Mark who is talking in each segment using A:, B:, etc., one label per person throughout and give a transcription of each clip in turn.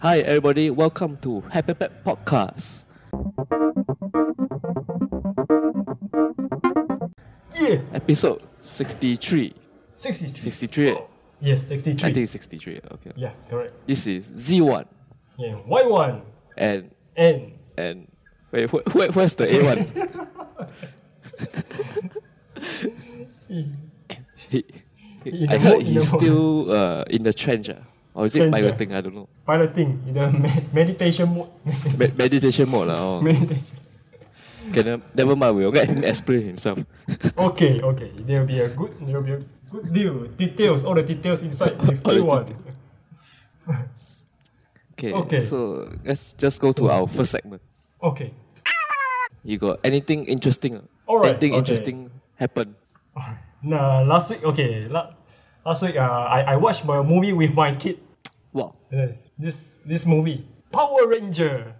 A: Hi, everybody. Welcome to Happy Pet Podcast.
B: Yeah,
A: Episode 63.
B: 63.
A: 63, eh?
B: Yes,
A: I
B: 63.
A: think it's 63. Okay.
B: Oh, Yeah, correct.
A: This is Z1.
B: Yeah, Y1
A: And,
B: and
A: and, wait, wh- wh- where's the A1? he, he-
B: In
A: I
B: the
A: heard
B: mo- in the
A: he's
B: mo-
A: still uh, in the trench. ah. Or is it
B: Trench, ah.
A: piloting? I don't know.
B: piloting in the med- meditation mode.
A: Med- meditation mode. lah. oh.
B: Meditation.
A: Can I- never mind, we'll let him explain himself.
B: okay, okay. There'll be a good there'll be a good deal. Details, all the details inside the
A: All the
B: one.
A: okay,
B: Okay.
A: so let's just go to our first segment.
B: Okay.
A: You got anything interesting? ah?
B: Alright,
A: anything
B: okay.
A: interesting happen?
B: Nah, last week okay, la- last week uh, I, I watched my movie with my kid.
A: Wow.
B: Yes, this this movie. Power Ranger.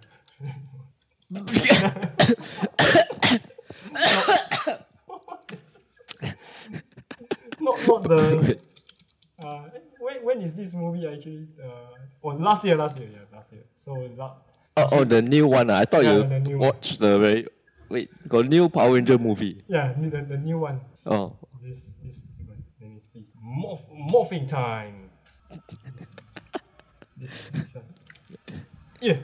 B: not not the uh, when, when is this movie actually? Uh, oh, last year, last year, yeah, last year. So la-
A: Oh, oh, the new one. ah. I thought
B: Yeah, the
A: you
B: new
A: watched the very. Wait, got new Power Ranger movie.
B: yeah, the, the new one.
A: Oh,
B: This this one. Let me see. Morph, morphing time. this, this one. Yeah.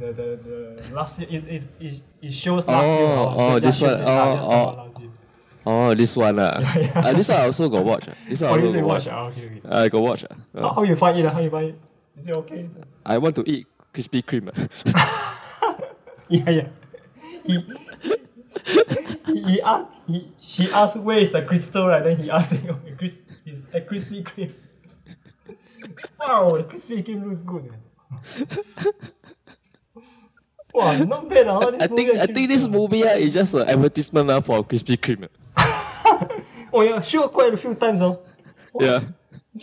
B: The, the, the last year it, it, it, it shows last year.
A: Oh,
B: uh,
A: oh,
B: the
A: this
B: just
A: one,
B: year, yeah,
A: oh,
B: just
A: oh.
B: come out last year.
A: oh, this one ah.
B: yeah.
A: Ah, this one I also got watch. ah. This one I
B: Oh, you
A: also
B: say
A: got
B: watch.
A: watch.
B: ah, Okay, okay.
A: ah. I got watch. ah.
B: How,
A: Ah,
B: how you find it? ah? How you find it? Is it okay?
A: I want to eat Krispy Kreme. ah.
B: Yeah, yeah. He, he, he asked, he, she asked, where is the crystal? Right? Then he asked, oh, the Chris, is a Krispy Kreme. wow, the Krispy Kreme looks good. eh. wow, not bad. ah.
A: I
B: this movie
A: think I
B: actually-
A: think this movie ah, is just an advertisement ah, for Krispy Kreme. ah.
B: Oh, yeah, sure, quite a few times. Huh?
A: Yeah.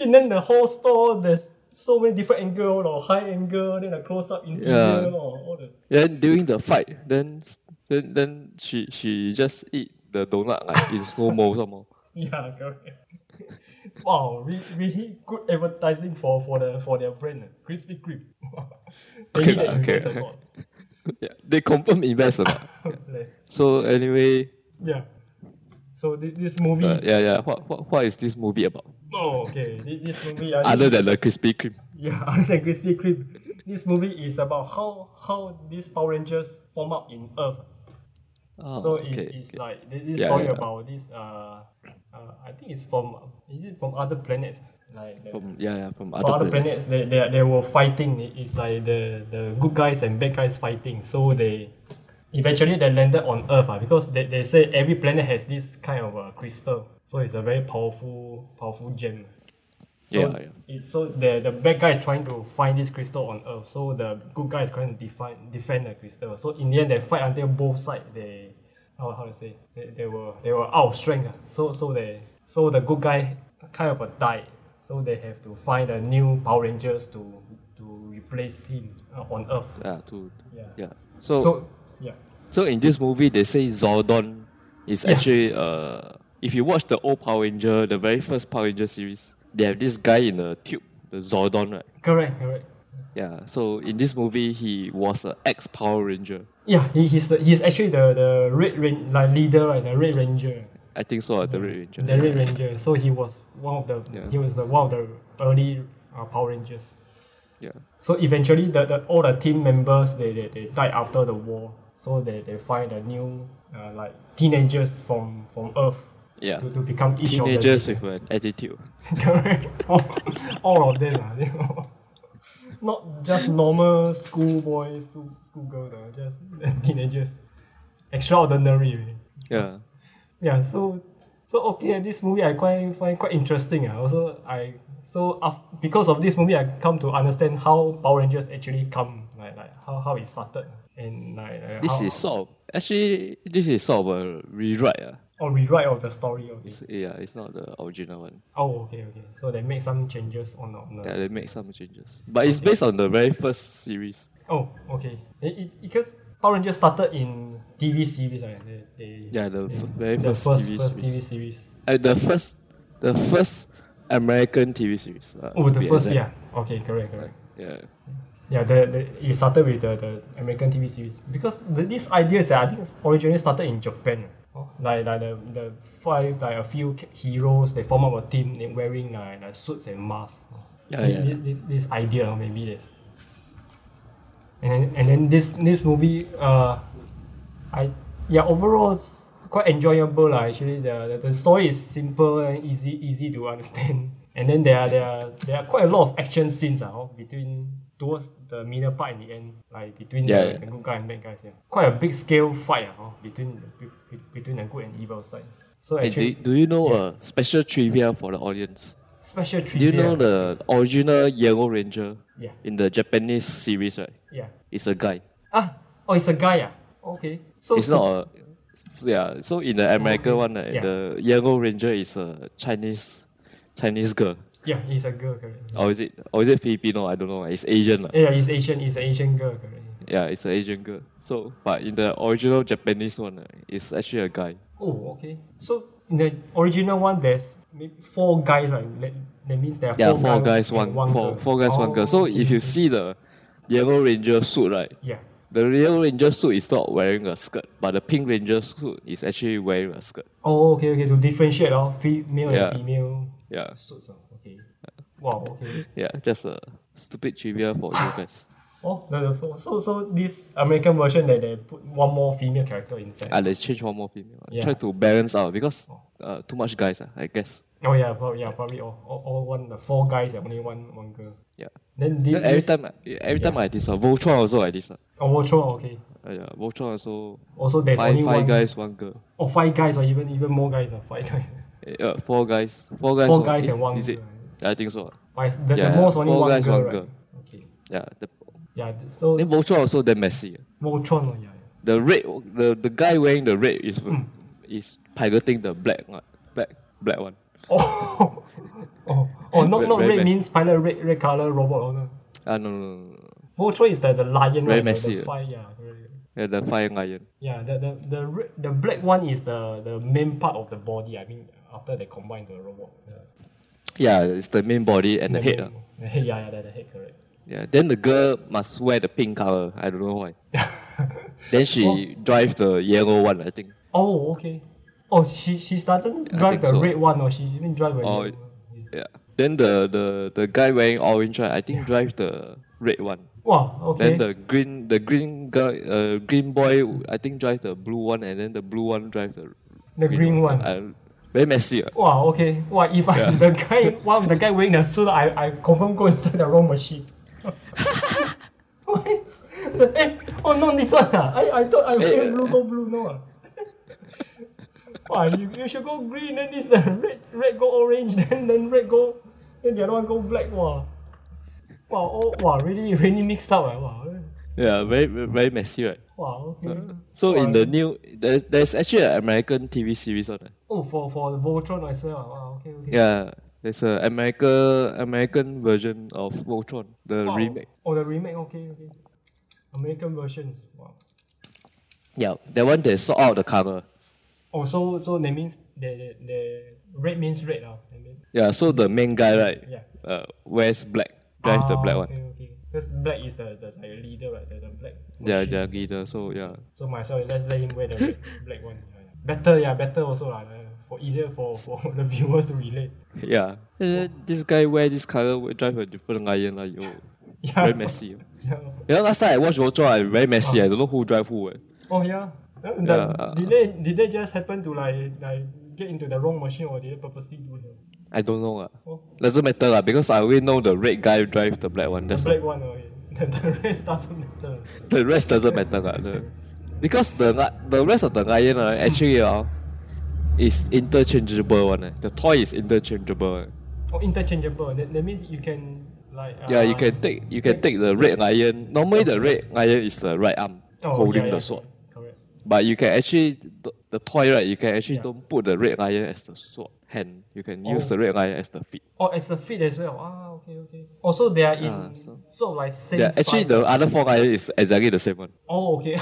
B: And then the whole store, there's so many different angle, or high angle, then a close up interior,
A: Yeah.
B: or all the.
A: Then during the fight, then s- then then she she just eat the donut like in slow mo some more.
B: Yeah, correct. wow, re- really good advertising for, for the for their brand, eh, Krispy Kreme. They
A: Okay
B: need
A: lah,
B: that
A: okay,
B: invest a
A: okay.
B: lot.
A: Yeah, they confirm invest or not.
B: Like,
A: So anyway,
B: yeah. So this, this movie.
A: uh, yeah yeah. What, what what is this movie about?
B: Oh, okay. This, this movie. I
A: Other
B: think-
A: than the Krispy Kreme.
B: yeah, other than Krispy Kreme, this movie is about how how these Power Rangers form up in Earth.
A: Oh,
B: so it's,
A: okay,
B: it's
A: okay.
B: like this, this
A: Yeah,
B: story
A: yeah.
B: about this. Uh, uh, I think it's from is it from other planets like the-
A: from yeah yeah from
B: For
A: other,
B: other
A: planet.
B: planets, they, they, they were fighting. It- It's like the, the good guys and bad guys fighting. So they eventually they landed on Earth ah, because they, they say every planet has this kind of uh, crystal. So it's a very powerful powerful gem. So
A: Yeah, yeah.
B: It, so the, the bad guy is trying to find this crystal on Earth. So the good guy is trying to define, defend the crystal. So in the end, they fight until both sides they how, how to say they, they were they were out of strength. ah. So so they so the good guy kind of uh, died. So they have to find a new Power Rangers to to replace him uh, on Earth.
A: Yeah, to,
B: Yeah.
A: yeah. So, so
B: So yeah.
A: in this movie they say Zordon is
B: Yeah.
A: actually uh if you watch the old Power Ranger, the very first Power Ranger series, they have this guy in a tube, the Zordon, right?
B: Correct. Correct.
A: Yeah. So in this movie he was an ex Power Ranger.
B: Yeah. He, he's the, he's actually the the red Ran- like leader right the red ranger.
A: I think so, uh, the Red Ranger.
B: The Red Mm-hmm. Ranger. So he was one of the
A: Yeah.
B: he was the, one of the early uh, Power Rangers.
A: Yeah.
B: So eventually, the, the all the team members they, they, they died after the war. So they, they find a new uh, like teenagers from from Earth
A: Yeah.
B: to, to become each
A: Teenagers
B: of
A: with an attitude.
B: them. Correct. all, all of them ah, they all- Not just normal school boys, school, school girls, ah, just teenagers. Extraordinary. really.
A: Yeah.
B: Yeah, so so okay, this movie I quite find quite interesting. Ah, Also I so af- because of this movie I come to understand how Power Rangers actually come, like like how, how it started and like, like
A: This
B: how,
A: is sort of actually this is sort of a rewrite. Uh.
B: or rewrite of the story okay.
A: It's, yeah, it's not the original one.
B: Oh okay okay. So they make some changes on the, on the
A: Yeah, they make some changes. But it's based on the very first series.
B: Oh okay. It, it, because Power Rangers started in TV series, right? They, they,
A: Yeah, the f- very
B: the
A: first,
B: first,
A: TV
B: first
A: series.
B: TV series.
A: Uh, the first, the first American TV series. uh,
B: Oh
A: to
B: the
A: be
B: first
A: exact.
B: yeah. Okay, correct, correct.
A: Yeah.
B: Yeah, the, the it started with the, the American TV series because the, these ideas ah, I think it's originally started in Japan. Oh, like like the, the five like a few ca- heroes they form up a team they wearing like, like suits and masks.
A: Yeah,
B: Thi-
A: yeah,
B: thi-
A: yeah.
B: This, this idea maybe this. And then, and then this this movie uh, I yeah overall it's quite enjoyable lah. Actually the, the the story is simple and easy easy to understand. And then there are there are, there are quite a lot of action scenes ah, oh, between towards the middle part and the end like between
A: Yeah,
B: the,
A: yeah.
B: the good guy and bad guys yeah. Quite a big scale fight ah, oh, between the, be- be- between the good and evil side. So
A: Hey, do,
B: actually
A: do you know
B: yeah.
A: a special trivia for the audience?
B: special
A: Do you
B: trivia.
A: know the original Yellow Ranger
B: yeah
A: in the Japanese series, right?
B: yeah
A: It's a guy.
B: ah oh it's a guy ah okay so
A: It's not a. so yeah, so in the American one, right,
B: Oh, Yeah.
A: the Yellow Ranger is a Chinese Chinese girl.
B: yeah it's a girl correct.
A: Or is it or is it Filipino? I don't know. It's Asian. uh. lah.
B: Yeah, it's Asian. It's an Asian girl, correct?
A: Yeah, it's an Asian girl. So but in the original Japanese one, right, it's actually a guy.
B: Oh, okay. So in the original one, there's maybe four guys, right? That, that means there are
A: Yeah,
B: four,
A: four guys,
B: and
A: one,
B: one
A: four,
B: girl.
A: four guys, one girl. So
B: Oh,
A: if you
B: okay.
A: see the Yellow Ranger suit, right,
B: yeah,
A: the Yellow Ranger suit is not wearing a skirt, but the Pink Ranger suit is actually wearing a skirt.
B: oh, okay, okay, to differentiate, oh, female
A: Yeah.
B: and female
A: Yeah,
B: suits, oh, okay. Wow, okay.
A: yeah, just a stupid trivia for you guys.
B: Oh, the, the four. So, so this American version that they put one more female character inside.
A: Ah, let's change one more female.
B: Yeah.
A: Try to balance out because uh, too much guys, ah, I guess.
B: oh yeah, probably, yeah, probably all, all, all one the four guys, and only one one girl.
A: Yeah.
B: Then
A: Then
B: this,
A: every time, I- every time
B: yeah.
A: I this, uh, Voltron also like this. Uh,
B: oh, Ultron, okay.
A: uh, yeah, Voltron also
B: Also, there's
A: five
B: only
A: five
B: one,
A: guys, one girl.
B: Oh, five guys, or even even more guys, or five guys.
A: Eh, Uh, four guys, four guys.
B: Four
A: or-
B: guys
A: eh,
B: and one
A: Is it?
B: girl.
A: I think so.
B: Five, the,
A: Yeah,
B: the most only
A: four
B: one
A: guys,
B: girl,
A: one
B: right?
A: girl.
B: Okay.
A: Yeah, the
B: Yeah. th- So
A: Then Voltron also damn messy. ah.
B: Voltron, oh, yeah. yeah.
A: The red, the, the guy wearing the red is
B: Hmm.
A: is piloting the black one, black black one.
B: Oh, oh, oh, not
A: Very-
B: not
A: very
B: red
A: messy.
B: means pilot red red color robot. Oh, no.
A: Ah no, no, no, no.
B: Voltron is the, the lion.
A: Very
B: right? The-
A: messy,
B: The
A: yeah.
B: fire, yeah. correct.
A: Yeah, the fire lion.
B: Yeah. The the the, red, the black one is the the main part of the body. I mean, after they combine the robot. Yeah.
A: Yeah, it's the main body and the, head. ah.
B: main- The head, yeah, yeah, the, the head, correct.
A: Yeah. Then the girl must wear the pink color. I don't know why. then she drives the yellow one. I think.
B: Oh, okay. Oh, she she doesn't
A: I
B: drive
A: think
B: the
A: so.
B: red one, or she even drive the.
A: Oh,
B: yellow one. Yeah.
A: Yeah. Then the the, the guy wearing orange right, I think drives the red one.
B: Wow. Okay.
A: Then the green the green guy uh, green boy I think drives the blue one and then the blue one drives the
B: The green one.
A: I, very messy. ah.
B: Wow, okay. Wow, if I
A: Uh, Yeah.
B: the guy one of the guy wearing the suit, I, I confirm go inside the wrong machine. what? Eh, oh no, this one ah. I, I thought I
A: Eh,
B: wear
A: eh.
B: blue, go blue, no. ah. wow, you, you should go green, then this uh, red, red go orange, then then red go, then the other one go black. Wow, wow, oh, wow, really, really mixed up. ah. Wow,
A: Yeah, very very very messy, right?
B: wow, okay.
A: So
B: wow.
A: in the new there's, there's actually an American TV series on it.
B: oh for for the Voltron as well. ah. Wow, okay, okay.
A: Yeah, there's a America American version of Voltron, the
B: Wow.
A: remake.
B: Oh, the remake. Okay, okay. American version. Wow.
A: Yeah, that one they sort out the color.
B: Oh, so so that means the the, the red means red now. I mean,
A: Yeah, so the main guy right,
B: yeah.
A: uh, wears black, drives the
B: Ah,
A: black one.
B: Okay, okay. Because black is the the like leader, right? The, the black.
A: Yeah,
B: machine.
A: their leader. So yeah,
B: So myself, let's let him wear the red, black one. Yeah, yeah. Better, yeah, better also lah. yeah, For easier for for the viewers to relate.
A: yeah. Eh, This guy wear this color, will drive a different lion like yo.
B: Yeah.
A: Very messy.
B: Yeah.
A: You know, last time I watched Voltron, I very messy. I don't know who drive who. eh.
B: Oh yeah. Uh, the-
A: Yeah.
B: Did they did they just happen to like like get into the wrong machine or did they purposely do that?
A: I don't know. ah.
B: Oh.
A: Doesn't matter lah, because I only know the red guy drives the black one.
B: The
A: That's
B: black
A: all.
B: one, okay. The, the rest doesn't matter.
A: The rest doesn't matter lah. The, because the li- the rest of the lion ah, actually ah, is interchangeable one. eh. The toy is interchangeable. eh.
B: Oh, interchangeable. That, that means you can like. Uh,
A: Yeah, you can take you can take the red lion. Normally the red lion is the right arm
B: oh,
A: holding
B: yeah, yeah,
A: the sword,
B: Correct.
A: but you can actually the, the toy right. You can actually
B: Yeah.
A: don't put the red lion as the sword hand. You can use
B: Oh.
A: the red lion as the feet.
B: Oh, it's a feet as well. Ah, okay, okay. Also, they are in
A: Ah, so-
B: sort of like same.
A: Yeah, actually
B: size.
A: the other four lion is exactly the same one.
B: Oh, okay.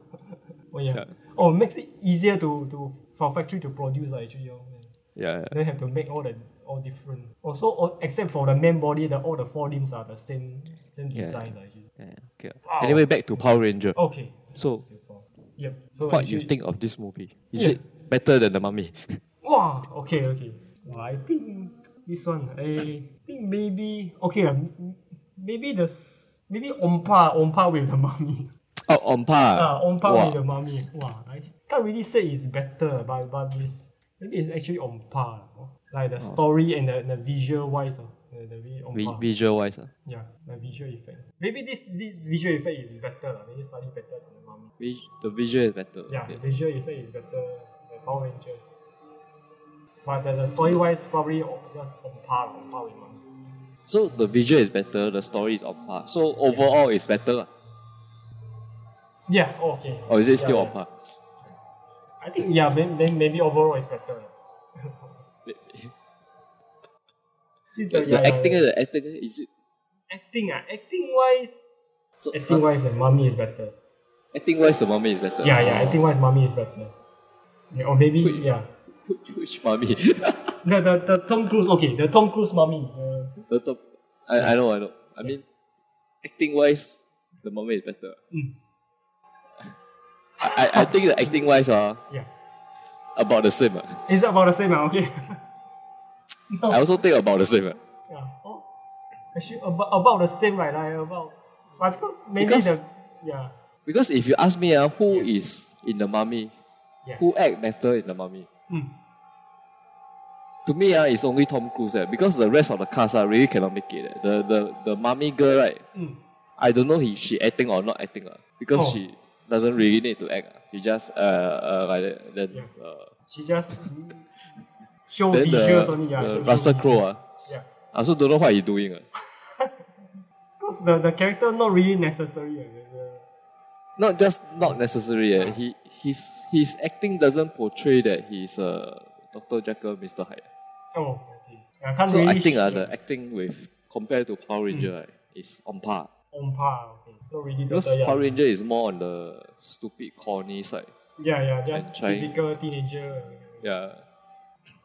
B: oh yeah.
A: Yeah.
B: Oh, makes it easier to to for factory to produce ah, actually. Oh, yeah.
A: Yeah. yeah.
B: They have to make all the all all different. Also, all, except for the main body, the all the four limbs are the same same
A: Yeah.
B: design lah, actually.
A: Yeah, okay.
B: Wow. Oh.
A: Anyway, back to Power Ranger.
B: Okay.
A: So,
B: Yep. So
A: what
B: actually,
A: you think of this movie? Is it
B: Yeah.
A: better than the Mummy?
B: Wow. Okay. Okay. Wow, I think this one. I think maybe okay. ah, m- Maybe the s- maybe on par on par with the mummy.
A: oh, on par.
B: Ah, on par
A: Wow.
B: with the mummy. Wow, I can't really say it's better, but but it's maybe it's actually on par. you know. Like the story and the, the visual wise, uh, the, the vi- on
A: Vi-
B: par.
A: visual wise. Uh.
B: yeah, the visual effect. Maybe this, this visual effect is better. lah, Maybe slightly better than the mummy.
A: Vis- the visual is better.
B: Yeah,
A: okay.
B: the visual effect is better than Power Rangers. But the, the story wise probably o- just on par on par with mummy.
A: So the visual is better, the story is on par. So overall, it's better, lah.
B: Yeah. Okay.
A: or Oh, is it
B: Yeah,
A: still
B: yeah.
A: on par?
B: I think yeah. Then, then maybe overall is better. Since
A: The,
B: yeah, yeah,
A: acting,
B: yeah.
A: the acting, is it?
B: acting ah, acting wise,
A: So,
B: acting
A: uh,
B: wise, the mummy is better.
A: acting wise, the mummy is better.
B: Yeah, yeah, acting wise, mummy is better. Yeah, or maybe
A: Wait.
B: yeah,
A: Which, which mummy?
B: the, the the Tom Cruise. Okay, the Tom Cruise mummy. Uh,
A: the top. I, I know, I know. I mean, acting wise, the mummy is better.
B: Mm.
A: I, I, I think the acting wise are
B: yeah,
A: about the same. ah.
B: is about the same. ah, Okay. no.
A: I also think about the same. ah.
B: Yeah. Oh, actually, about about the same, right? Like about, but because maybe
A: Because-
B: the yeah
A: Because if you ask me, ah, who is in the mummy?
B: yeah.
A: Who act better in the mummy?
B: Mm.
A: To me, ah, it's only Tom Cruise. eh, because the rest of the cast ah, really cannot make it. eh. The, the the mummy girl, right?
B: Mm.
A: I don't know he she acting or not acting. ah, because
B: Oh.
A: she doesn't really need to act. ah. She just uh, uh like that, then
B: Yeah.
A: uh,
B: She just mm, show
A: then
B: visuals
A: the,
B: only. Yeah.
A: the
B: show- show
A: Russell
B: visuals.
A: Crowe. ah,
B: Yeah.
A: I also don't know what he doing. ah.
B: Because the, the character not really necessary. ah, the- the-
A: Not just not necessary. eh, He his his acting doesn't portray that he's uh, Doctor Jekyll, Mister Hyde.
B: Oh, okay. I can't
A: So
B: really Hmm.
A: I think uh,
B: sh-
A: the acting with compared to Power Ranger right, is on par.
B: on par. Okay. Not really
A: Because
B: better, yeah.
A: Power Ranger is more on the stupid corny side.
B: Yeah, yeah, just
A: and trying-
B: typical teenager. eh,
A: Yeah.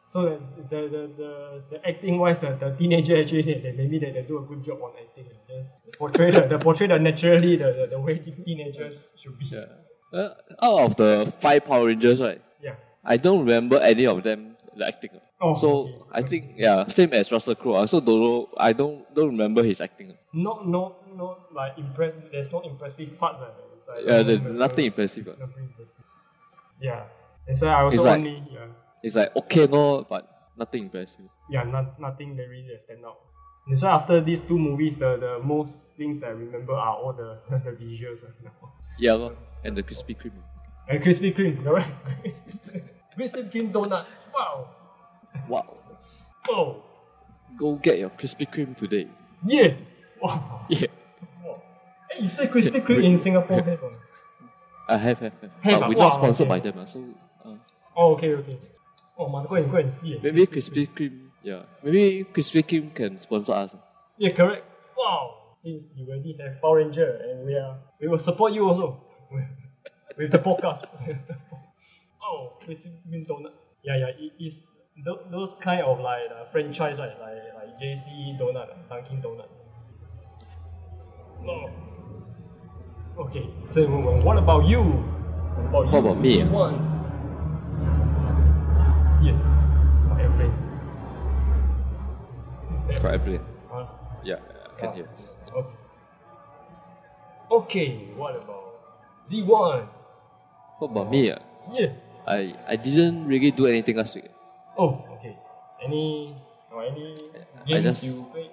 B: So the the the, the, the acting wise, the, the teenager actually they, they, maybe they, they do a good job on acting. uh, Just portray the, the portray the naturally the, the, the way teen- teenagers should be.
A: Yeah. Uh, out of the five Power Rangers, right?
B: Yeah.
A: I don't remember any of them the acting.
B: Oh, okay.
A: So I think yeah, same as Russell Crowe. I also don't know. I don't don't remember his acting.
B: no no no like impress. There's no impressive parts. Uh, it's like,
A: Yeah,
B: no-
A: the,
B: no-
A: nothing impressive. uh.
B: Nothing impressive. Yeah. That's why I also
A: It's like-
B: only yeah
A: It's like okay, no, but nothing impressive.
B: yeah not, nothing that really stand out. That's why after these two movies, the, the most things that I remember are all the the visuals. Uh,
A: Yeah, lor. and the Krispy Kreme.
B: And Krispy Kreme, correct? Krispy Kreme donut. Wow.
A: Wow,
B: Wow.
A: go get your Krispy Kreme today.
B: Yeah. Wow.
A: Yeah,
B: Wow. Hey, is there Krispy Kreme in Singapore? Have or not?
A: I have, have, have.
B: Have,
A: but
B: ah,
A: we're not
B: wow,
A: sponsored
B: okay.
A: by them. ah, So uh,
B: Oh, okay, okay. Oh, must go and go and see. eh.
A: maybe Krispy Kreme. Yeah, maybe Krispy Kreme can sponsor us. ah.
B: Yeah, correct. Wow. Since you already have Power Ranger and we are, we will support you also with the podcast. oh, Krispy Kreme donuts. Yeah, yeah. It is tho- those kind of like uh, franchise, right? Like like JC donut, uh, Dunkin' donut. No. Okay. So wh- wh- what about you? What
A: What about me, ah?
B: One. Yeah. My airplane.
A: Try play.
B: Huh?
A: Yeah, I can
B: Ah,
A: hear.
B: Okay. Okay, what about Z1?
A: What about me? ah?
B: Yeah.
A: I I didn't really do anything last week.
B: Oh, okay. Any or any
A: I
B: games
A: just-
B: you play?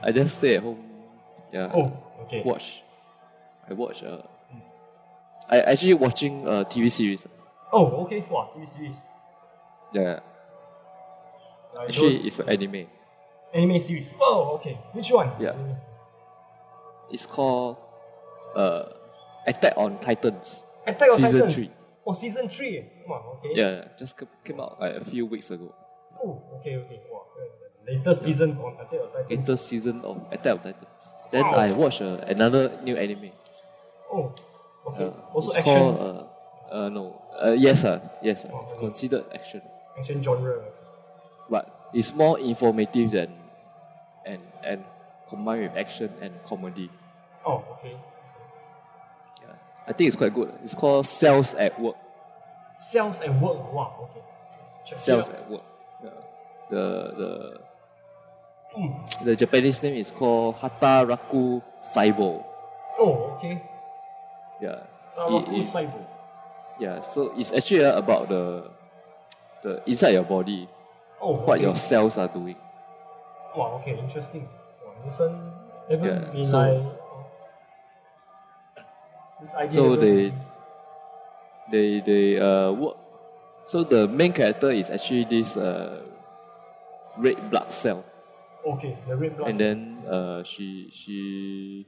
A: I just stay at home. Yeah.
B: Oh, okay.
A: Watch. I watch. Uh, I actually watching a TV series. ah.
B: Oh, okay. Wow, TV series.
A: Yeah.
B: Like
A: Actually,
B: those
A: it's an anime.
B: anime series. Oh, okay. Which one?
A: Yeah.
B: Anime series.
A: It's called uh, Attack on Titans.
B: Attack on
A: Season
B: Titans.
A: three.
B: Oh, season three. eh? Wow. Okay.
A: Yeah, just ca- came out like, a few weeks ago.
B: Oh, okay, okay. Wow. The latest season on Attack on Titans.
A: Latest season of Attack on Titans. Then
B: Wow.
A: I watched uh, another new anime.
B: Oh, okay.
A: Uh,
B: also
A: it's
B: action.
A: called uh, uh, no. Uh, yes, uh, yes, uh,
B: Oh,
A: it's
B: okay.
A: considered action.
B: ancient genre.
A: but it's more informative than and and combined with action and comedy.
B: Oh, okay.
A: Yeah. I think it's quite good. It's called Sales at Work.
B: Cells and work. Wow. Okay. Check it
A: Sales
B: out.
A: at Work. Yeah. The
B: Mm.
A: the the Japanese name is called Hataraku Saibo.
B: Oh, okay.
A: Yeah.
B: Taraku
A: it-
B: Saibo.
A: Yeah. So it's actually uh, about the the inside your body,
B: Oh,
A: what
B: okay.
A: your cells are doing.
B: Wow, okay, interesting. Wow, this one haven't
A: Yeah,
B: been
A: so-
B: like oh. this idea.
A: so
B: haven't
A: they-
B: been-
A: They they uh work. So the main character is actually this uh red blood cell.
B: okay, the red blood.
A: and then uh, she she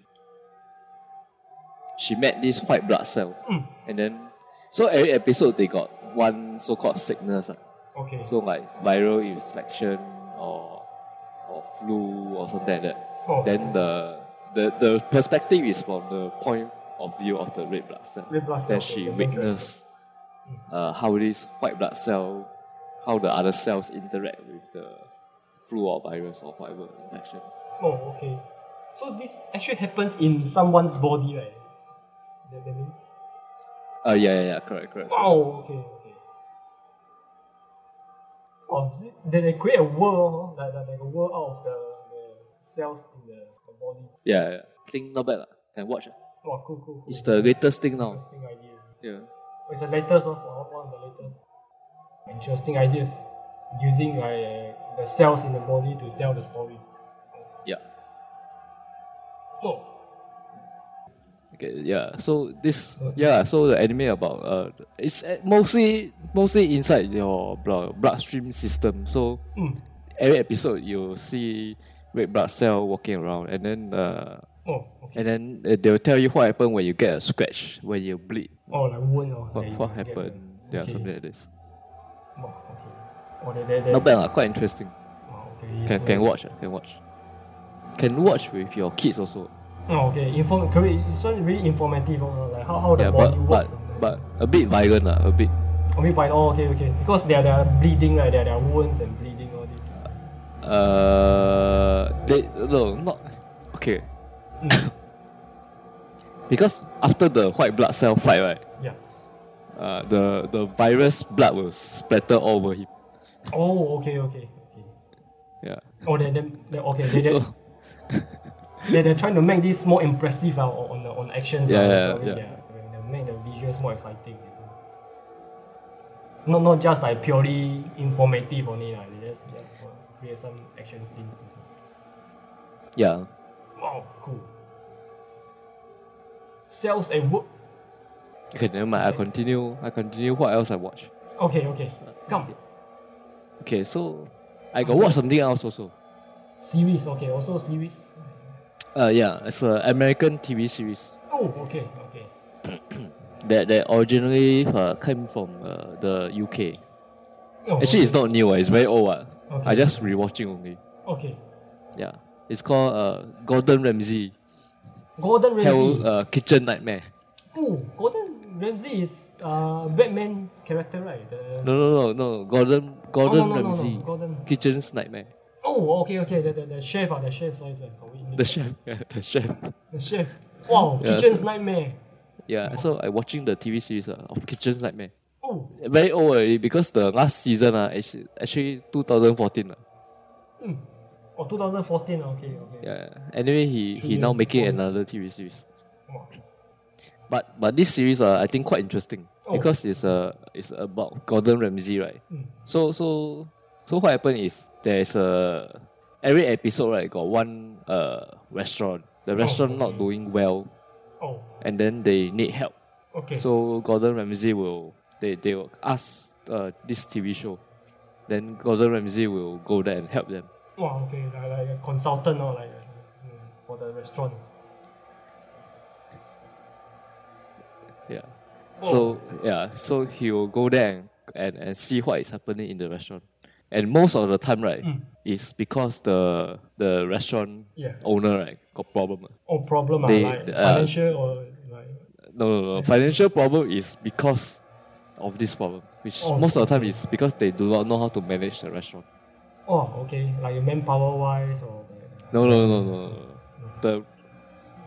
A: she met this white blood cell,
B: Mm.
A: and then so every episode they got one so-called sickness, ah.
B: okay,
A: so like viral infection or or flu or something like that.
B: oh,
A: Then the the the perspective is from the point of view of the red blood cell.
B: red blood
A: Then
B: cell. okay,
A: she
B: the red blood cell.
A: witnessed uh, how this white blood cell, how the other cells interact with the flu or virus or whatever infection.
B: Oh, okay. So this actually happens in someone's body, right? That, that means.
A: Uh, yeah, yeah, yeah, correct, correct.
B: Wow. Okay. Okay. Wow, th- then they create a world, huh? like, like, like a world out of the, the cells in the, the body.
A: Yeah, yeah. Think not bad. lah. Can watch. lah.
B: Wow, cool, cool, cool.
A: It's the latest thing now.
B: interesting idea.
A: Yeah.
B: Oh, It's the latest of one one of the latest. Interesting ideas, using like the cells in the body to tell the story.
A: Yeah.
B: Oh,
A: Okay, yeah. So this yeah, so the anime about uh it's uh, mostly mostly inside your blood bloodstream system. So
B: mm.
A: every episode you see red blood cell walking around and then uh
B: oh, okay.
A: and then uh, they'll tell you what happened when you get a scratch, when you bleed.
B: Oh, like wound or
A: What,
B: like
A: what
B: you get the-
A: happened? Yeah,
B: okay.
A: something like this.
B: Oh, okay. Oh, they, they, they,
A: Not bad, lah. quite interesting.
B: Oh, okay.
A: Can
B: so-
A: can watch, ah, can watch. Can watch with your kids also.
B: Oh, okay. Inform. Correct. It's not really informative. Oh, like how, how the
A: Yeah, but
B: body
A: but
B: works.
A: but a bit violent lah, a bit.
B: I mean, by oh, okay, okay. Because there are the bleeding, right? There are there are wounds and bleeding all this.
A: Uh, they no not okay
B: Mm.
A: because after the white blood cell fight, right?
B: yeah.
A: Uh, the the virus blood will splatter all over him.
B: Oh, okay, okay, okay.
A: Yeah.
B: Oh, they, they, they okay. They, they,
A: So
B: they, they're trying to make this more impressive uh, on the on actions.
A: Yeah,
B: uh,
A: yeah,
B: so,
A: yeah.
B: They make the visuals more exciting. So. Not not just like purely informative only lah. They just just uh, create some action scenes. and so.
A: yeah,
B: Wow, cool. Sales and work.
A: okay. Never mind. I continue. I continue. What else I watch?
B: Okay, okay. Come.
A: Okay, so I got watch something else also.
B: Series. Okay, also series.
A: Uh, yeah, it's an American TV series
B: Oh, okay, okay.
A: that that originally uh, came from uh, the UK.
B: Oh,
A: Actually, it's
B: okay.
A: not new. ah, It's very old. ah. I
B: Okay.
A: just rewatching only.
B: Okay.
A: Yeah. It's called uh, Gordon Ramsay
B: Gordon Ramsay.
A: Hell uh, Kitchen Nightmare.
B: Oh, Gordon Ramsay is uh Batman's character, right? The...
A: No, no, no, no. Gordon Gordon
B: oh, no, no,
A: Ramsay
B: No, no. Gordon.
A: Kitchen's Nightmare.
B: Oh, okay, okay. The, the, the chef, ah, the chef. Sorry, sorry. Oh, we-
A: The chef. Yeah, the chef.
B: The chef. Wow,
A: Yeah,
B: kitchen's
A: so-
B: nightmare.
A: Yeah. So I watching the TV series uh, of Kitchen's Nightmare.
B: Oh,
A: Very old already because the last season uh, actually, actually 2014. Uh,
B: mm. oh, 2014. Okay, okay.
A: yeah. Anyway, he, he now making another TV series.
B: Wow.
A: But but this series uh, I think quite interesting
B: Oh.
A: because it's uh, it's about Gordon Ramsay, right?
B: Mm.
A: So so so what happened is there's a every episode right got one uh restaurant. The restaurant not doing well
B: Oh,
A: and then they need help.
B: okay.
A: So Gordon Ramsay will they, they will ask uh, this TV show. Then Gordon Ramsay will go there and help them.
B: wow, okay. Like, like a consultant or like uh, mm, for the restaurant.
A: Yeah.
B: Oh.
A: So yeah, so he will go there and, and, and see what is happening in the restaurant. And most of the time right
B: Mm.
A: it's because the the restaurant
B: Yeah.
A: owner right got problem.
B: Oh, problem. ah,
A: They-
B: like
A: uh,
B: financial or like.
A: No, no, no. Financial problem is because of this problem, which
B: Oh,
A: most of the time
B: okay.
A: is because they do not know how to manage the restaurant.
B: Oh, okay. Like manpower wise or. the-
A: No, no, no, no, no. no. The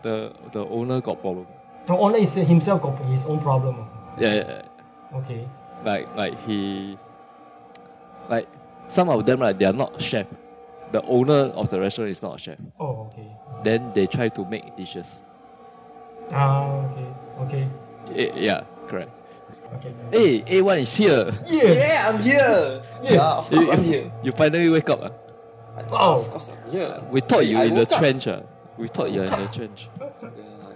A: the the owner got problem.
B: No, owner is himself got his own problem. ah.
A: Yeah, yeah, yeah.
B: Okay.
A: like like he, like some of them like they are not chef. The owner of the restaurant is not a chef.
B: Oh, okay.
A: Then they try to make dishes.
B: Ah, okay. Okay.
A: Y- Eh, yeah, correct.
B: Okay.
A: Hey, A1 is here.
B: Yeah.
C: Yeah, I'm here.
B: Yeah.
C: Yeah, of course I'm here.
A: You finally wake up. ah.
C: I-
B: Wow.
C: Of course I'm here.
A: We thought you were
C: I
A: in the
C: woke up.
A: trench. ah. We thought you were in
C: Woke
A: the
C: up.
A: trench.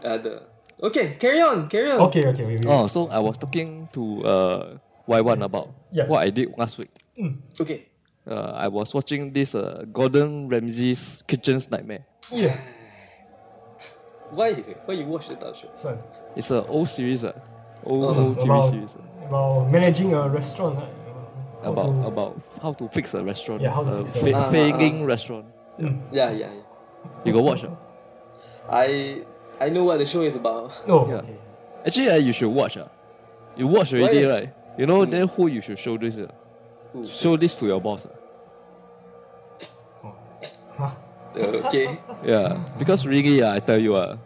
C: Yeah, uh, the- Okay, carry on, carry on.
B: Okay. Okay. Wait, wait.
A: Oh, so I was talking to uh, Y1 about
B: Yeah.
A: what I did last week.
B: Mm.
C: Okay.
A: Uh, I was watching this uh, Gordon Ramsay's Kitchen's Nightmare.
B: Yeah.
C: Why? Why you watch the type show?
B: Son.
A: It's an old series, uh, old,
C: Oh,
A: old TV
B: about-
A: series ah,
B: About managing a restaurant. Right? How
A: about
B: to-
A: about how to fix a restaurant,
B: Yeah, how to
A: a
B: fix a-
A: fa-
C: Ah, ah,
A: failing restaurant.
B: Mm.
C: Yeah, yeah, yeah.
A: You go watch. ah.
C: I I know what the show is about.
B: No.
A: Yeah.
B: Oh, Okay.
A: Actually, uh, you should watch. Uh. You watch already,
C: Why?
A: right? You know,
C: Mm.
A: then who you should show this? Uh.
C: Who?
A: Show this to your boss. ah.
B: Oh. Huh?
C: Uh, okay.
A: Yeah, because really, uh, I tell you, uh,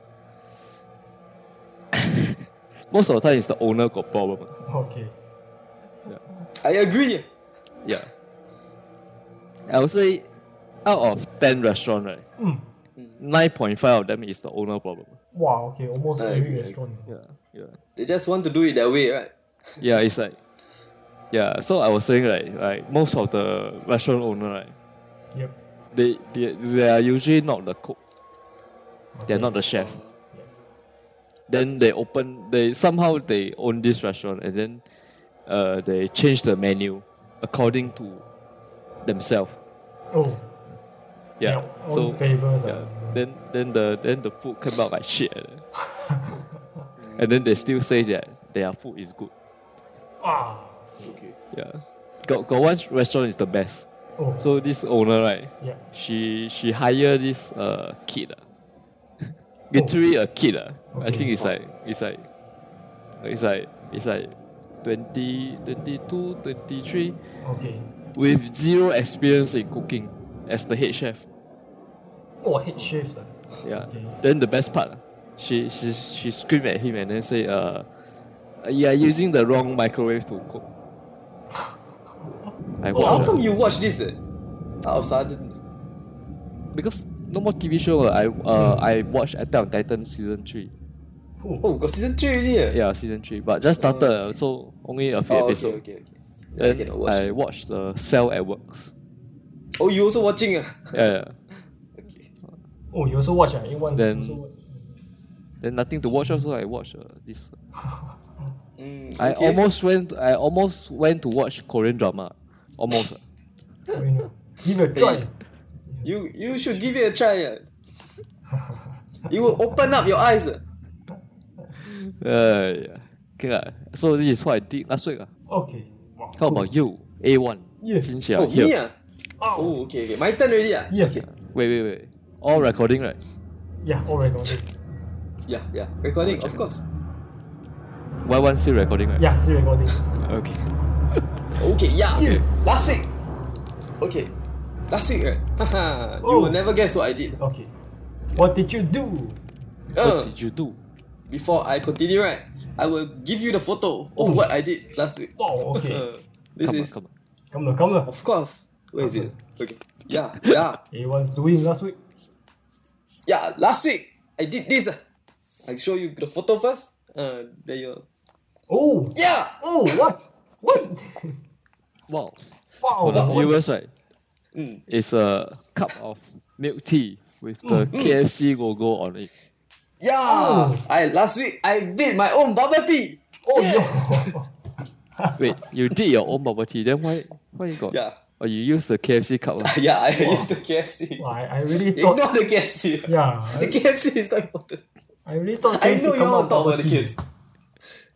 A: most of the time it's the owner got problem. ah.
B: Okay.
C: I agree.
A: Yeah. I would say out of 10 restaurant, right,
B: Mm.
A: 9.5 of them is the owner problem.
B: Wow. Okay. Almost
C: I
B: every
C: agree, I
B: restaurant.
A: Yeah, yeah.
C: They just want to do it that way, right?
A: Yeah, it's like, yeah, so I was saying, like, like most of the restaurant owner, right,
B: Yep.
A: they, they, they are usually not the cook, they're
B: Okay.
A: not the chef. then they open they somehow they own this restaurant and then uh, they change the menu according to themselves
B: Oh.
A: yeah
B: their own
A: so
B: favors. uh,
A: yeah,
B: Yeah.
A: then then the then the food came out like shit and then they still say that their food is good
B: Ah.
C: Okay.
A: yeah got, got one restaurant is the best
B: Oh.
A: so this owner right
B: yeah.
A: she she hire this uh kid ah. literally a kid ah. I
B: Okay.
A: think it's like it's like it's like it's like 20, 22, 23
B: Okay.
A: with zero experience in cooking as the head chef.
B: Oh, head shifts. ah.
A: Yeah.
B: Okay.
A: Then the best part, ah, she she she screamed at him and then say, uh, you are using the wrong microwave to cook. I
B: Oh,
C: How
A: watched
C: come
A: ah.
C: you watch this? Eh? Out of sudden.
A: because no more TV show. ah. I uh, I watched Attack on Titan season three.
B: Oh.
C: Oh, got season three already. eh?
A: Yeah, season three, but just
C: Oh,
A: started, uh, so only a few
C: Oh, okay,
A: episodes.
C: okay, okay. I
A: Then
C: cannot watch.
A: I watched the Cell at Works.
C: Oh, you also watching? ah?
A: Yeah, yeah.
C: Okay.
B: Oh, you also watch ah? You want
A: Then-
B: also watch.
A: Then nothing to watch, also I watched uh, this.
C: Mm,
A: I
C: okay.
A: almost went. I almost went to watch Korean drama. Almost. uh.
B: Why not? Give it a try.
C: You you should give it a try. eh. it will open up your eyes. eh.
A: Uh, yeah. Okay, lah. So this is what I did last week. Uh.
B: Okay. Wow.
A: How about you? A one.
B: Yeah.
A: Since you are
C: Oh,
A: here.
C: me ah.
B: Oh.
C: Oh, okay, okay. My turn already ah.
B: Yeah.
C: Okay.
A: Wait, wait, wait. All recording, right?
B: Yeah. All recorded.
C: Yeah, yeah. Recording, of course.
A: Why one still recording, right?
B: Yeah. Still recording.
A: Okay.
C: Okay, yeah.
B: Yeah.
C: Last week. Okay. Last week, right? Haha, you
B: Oh.
C: will never guess what I did.
B: Okay. What did you do?
A: What
C: Uh,
A: did you do?
C: before I continue, right? I will give you the photo of what I did last week.
B: Oh. Okay.
C: Uh, this
A: come on,
C: is
A: come on.
B: Come on. Come on.
C: of course. Where is it? Okay. Yeah, yeah.
B: Everyone's doing last week.
C: Yeah, last week I did this. ah. I show you the photo first. Uh, there you are.
B: Oh.
C: Yeah!
B: Oh. What? What?
A: Wow.
B: wow.
A: For the
B: what-
A: viewers, right?
C: Mm.
A: It's a cup of milk tea with the KFC logo on it.
C: Yeah!
B: Oh.
C: I last week I did my own bubble tea!
B: Oh. No.
A: Wait, you did your own bubble tea, then why why you got
C: Yeah.
A: Oh you use the KFC cup. ah?
C: Yeah, I used the KFC.
B: Wow, I, I really thought.
C: Ignore the KFC.
B: Yeah.
C: The
B: I,
C: KFC is not important.
B: I really thought.
C: I
B: KFC
C: know you
B: come
C: all
B: out
C: talk
B: bubble
C: about the
B: tea.
C: KFC.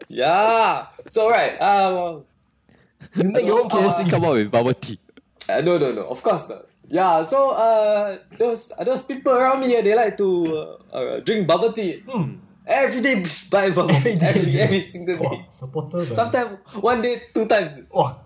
C: Yeah. So right. Um.
B: You make your own
C: Our-
A: KFC come out with bubble tea.
C: Uh, no, no, no. Of course not. Yeah. So uh, those uh, those people around me here, they like to uh, uh, drink bubble tea.
B: Hmm.
C: Every day buy bubble tea. Every, every single
B: Wah,
C: day.
B: supporter dah.
C: Sometimes one day two times.
B: Wah,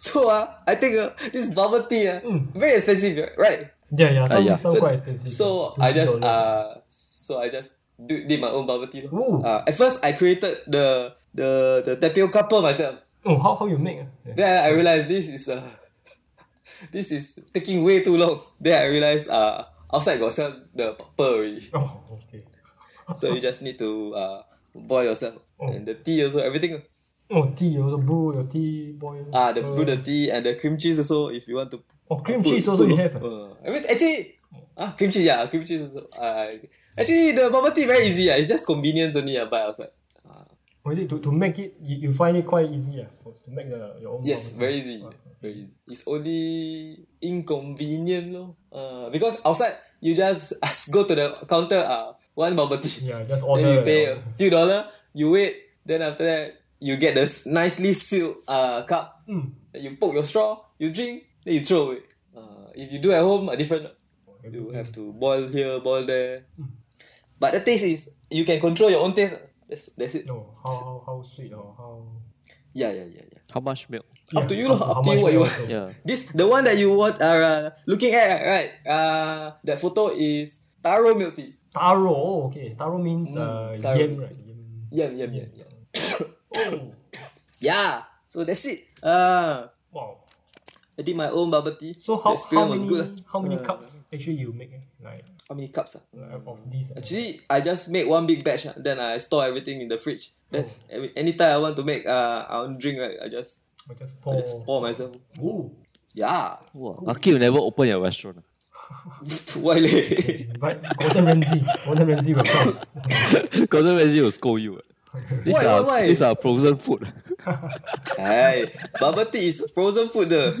C: So uh, I think uh, this bubble tea uh,
B: Mm.
C: very expensive, right?
B: yeah, yeah, some,
A: yeah.
B: some
C: Uh, So-
B: quite expensive.
C: So I just
B: $20.
C: uh so I just do, did my own bubble tea. lor.
B: Ooh.
C: Uh, at first I created the the the tapioca pearl myself.
B: oh, how how you make? ah? Yeah.
C: Then I realized this is uh this is taking way too long. Then I realized uh outside got sell the pearl already.
B: Oh, okay.
C: So you just need to uh boil yourself
B: Oh.
C: and the tea also everything.
B: Oh, tea also brew your tea boil.
C: Ah, the
B: uh,
C: brew the tea and the cream cheese also if you want to
B: Oh, cream
C: Put-
B: cheese also
C: put-
B: you have. ah?
C: Uh, I mean, actually, ah, cream cheese, yeah, cream cheese also. Uh, actually, the bubble tea very easy. Uh, it's just convenience only. Uh, buy outside.
B: Or is it to, to make it? You, you find it quite easy. ah, for- to make the your own.
C: Yes,
B: bubble tea?
C: very easy.
B: Ah.
C: Very easy. It's only inconvenient, no? Uh, because outside you just ask, go to the counter. Uh, one bubble tea.
B: Yeah, just
C: Then
B: order.
C: you pay uh,
B: ah.
C: a few dollar. You wait. Then after that, you get the s- nicely sealed uh cup.
B: Mm.
C: Then you poke your straw. You drink. Then you throw away. Uh, if you do at home, a different. You have to boil here, boil there.
B: Hmm.
C: But the taste is you can control your own taste. That's, that's it.
B: No, how, how how sweet or how.
C: Yeah, yeah, yeah, yeah.
A: How much milk?
C: Up to you lah,
B: how-
C: up
B: how
C: to you
B: much
C: what you want.
B: also.
A: Yeah.
C: This the one that you want are uh, looking at right. Uh, that photo is taro milk tea.
B: Taro, oh, okay. Taro means uh,
C: Hmm, taro.
B: yam, right? Yam.
C: Yum, yum, yum, yum.
B: Oh,
C: Yeah. So that's it. Uh,
B: wow.
C: I did my own bubble tea.
B: So how,
C: the
B: how many,
C: experience was good. lah.
B: how many
C: Uh,
B: cups actually you make? eh? Like,
C: How many cups? ah?
B: like of these? uh,
C: Actually, I just make one big batch. ah, Then I store everything in the fridge. Then
B: Oh.
C: every, anytime I want to make uh, I want drink right, I just
B: I just
C: I
B: pour.
C: just pour myself.
B: Ooh,
C: Yeah.
A: Wow. Lucky you never open your restaurant.
C: Why leh?
B: right? Gordon Ramsay. Gordon Ramsay will come.
A: Gordon Ramsay will scold you. These
C: Why,
A: are
C: why, why?
A: these are frozen food.
C: Hey, bubble tea is frozen food. The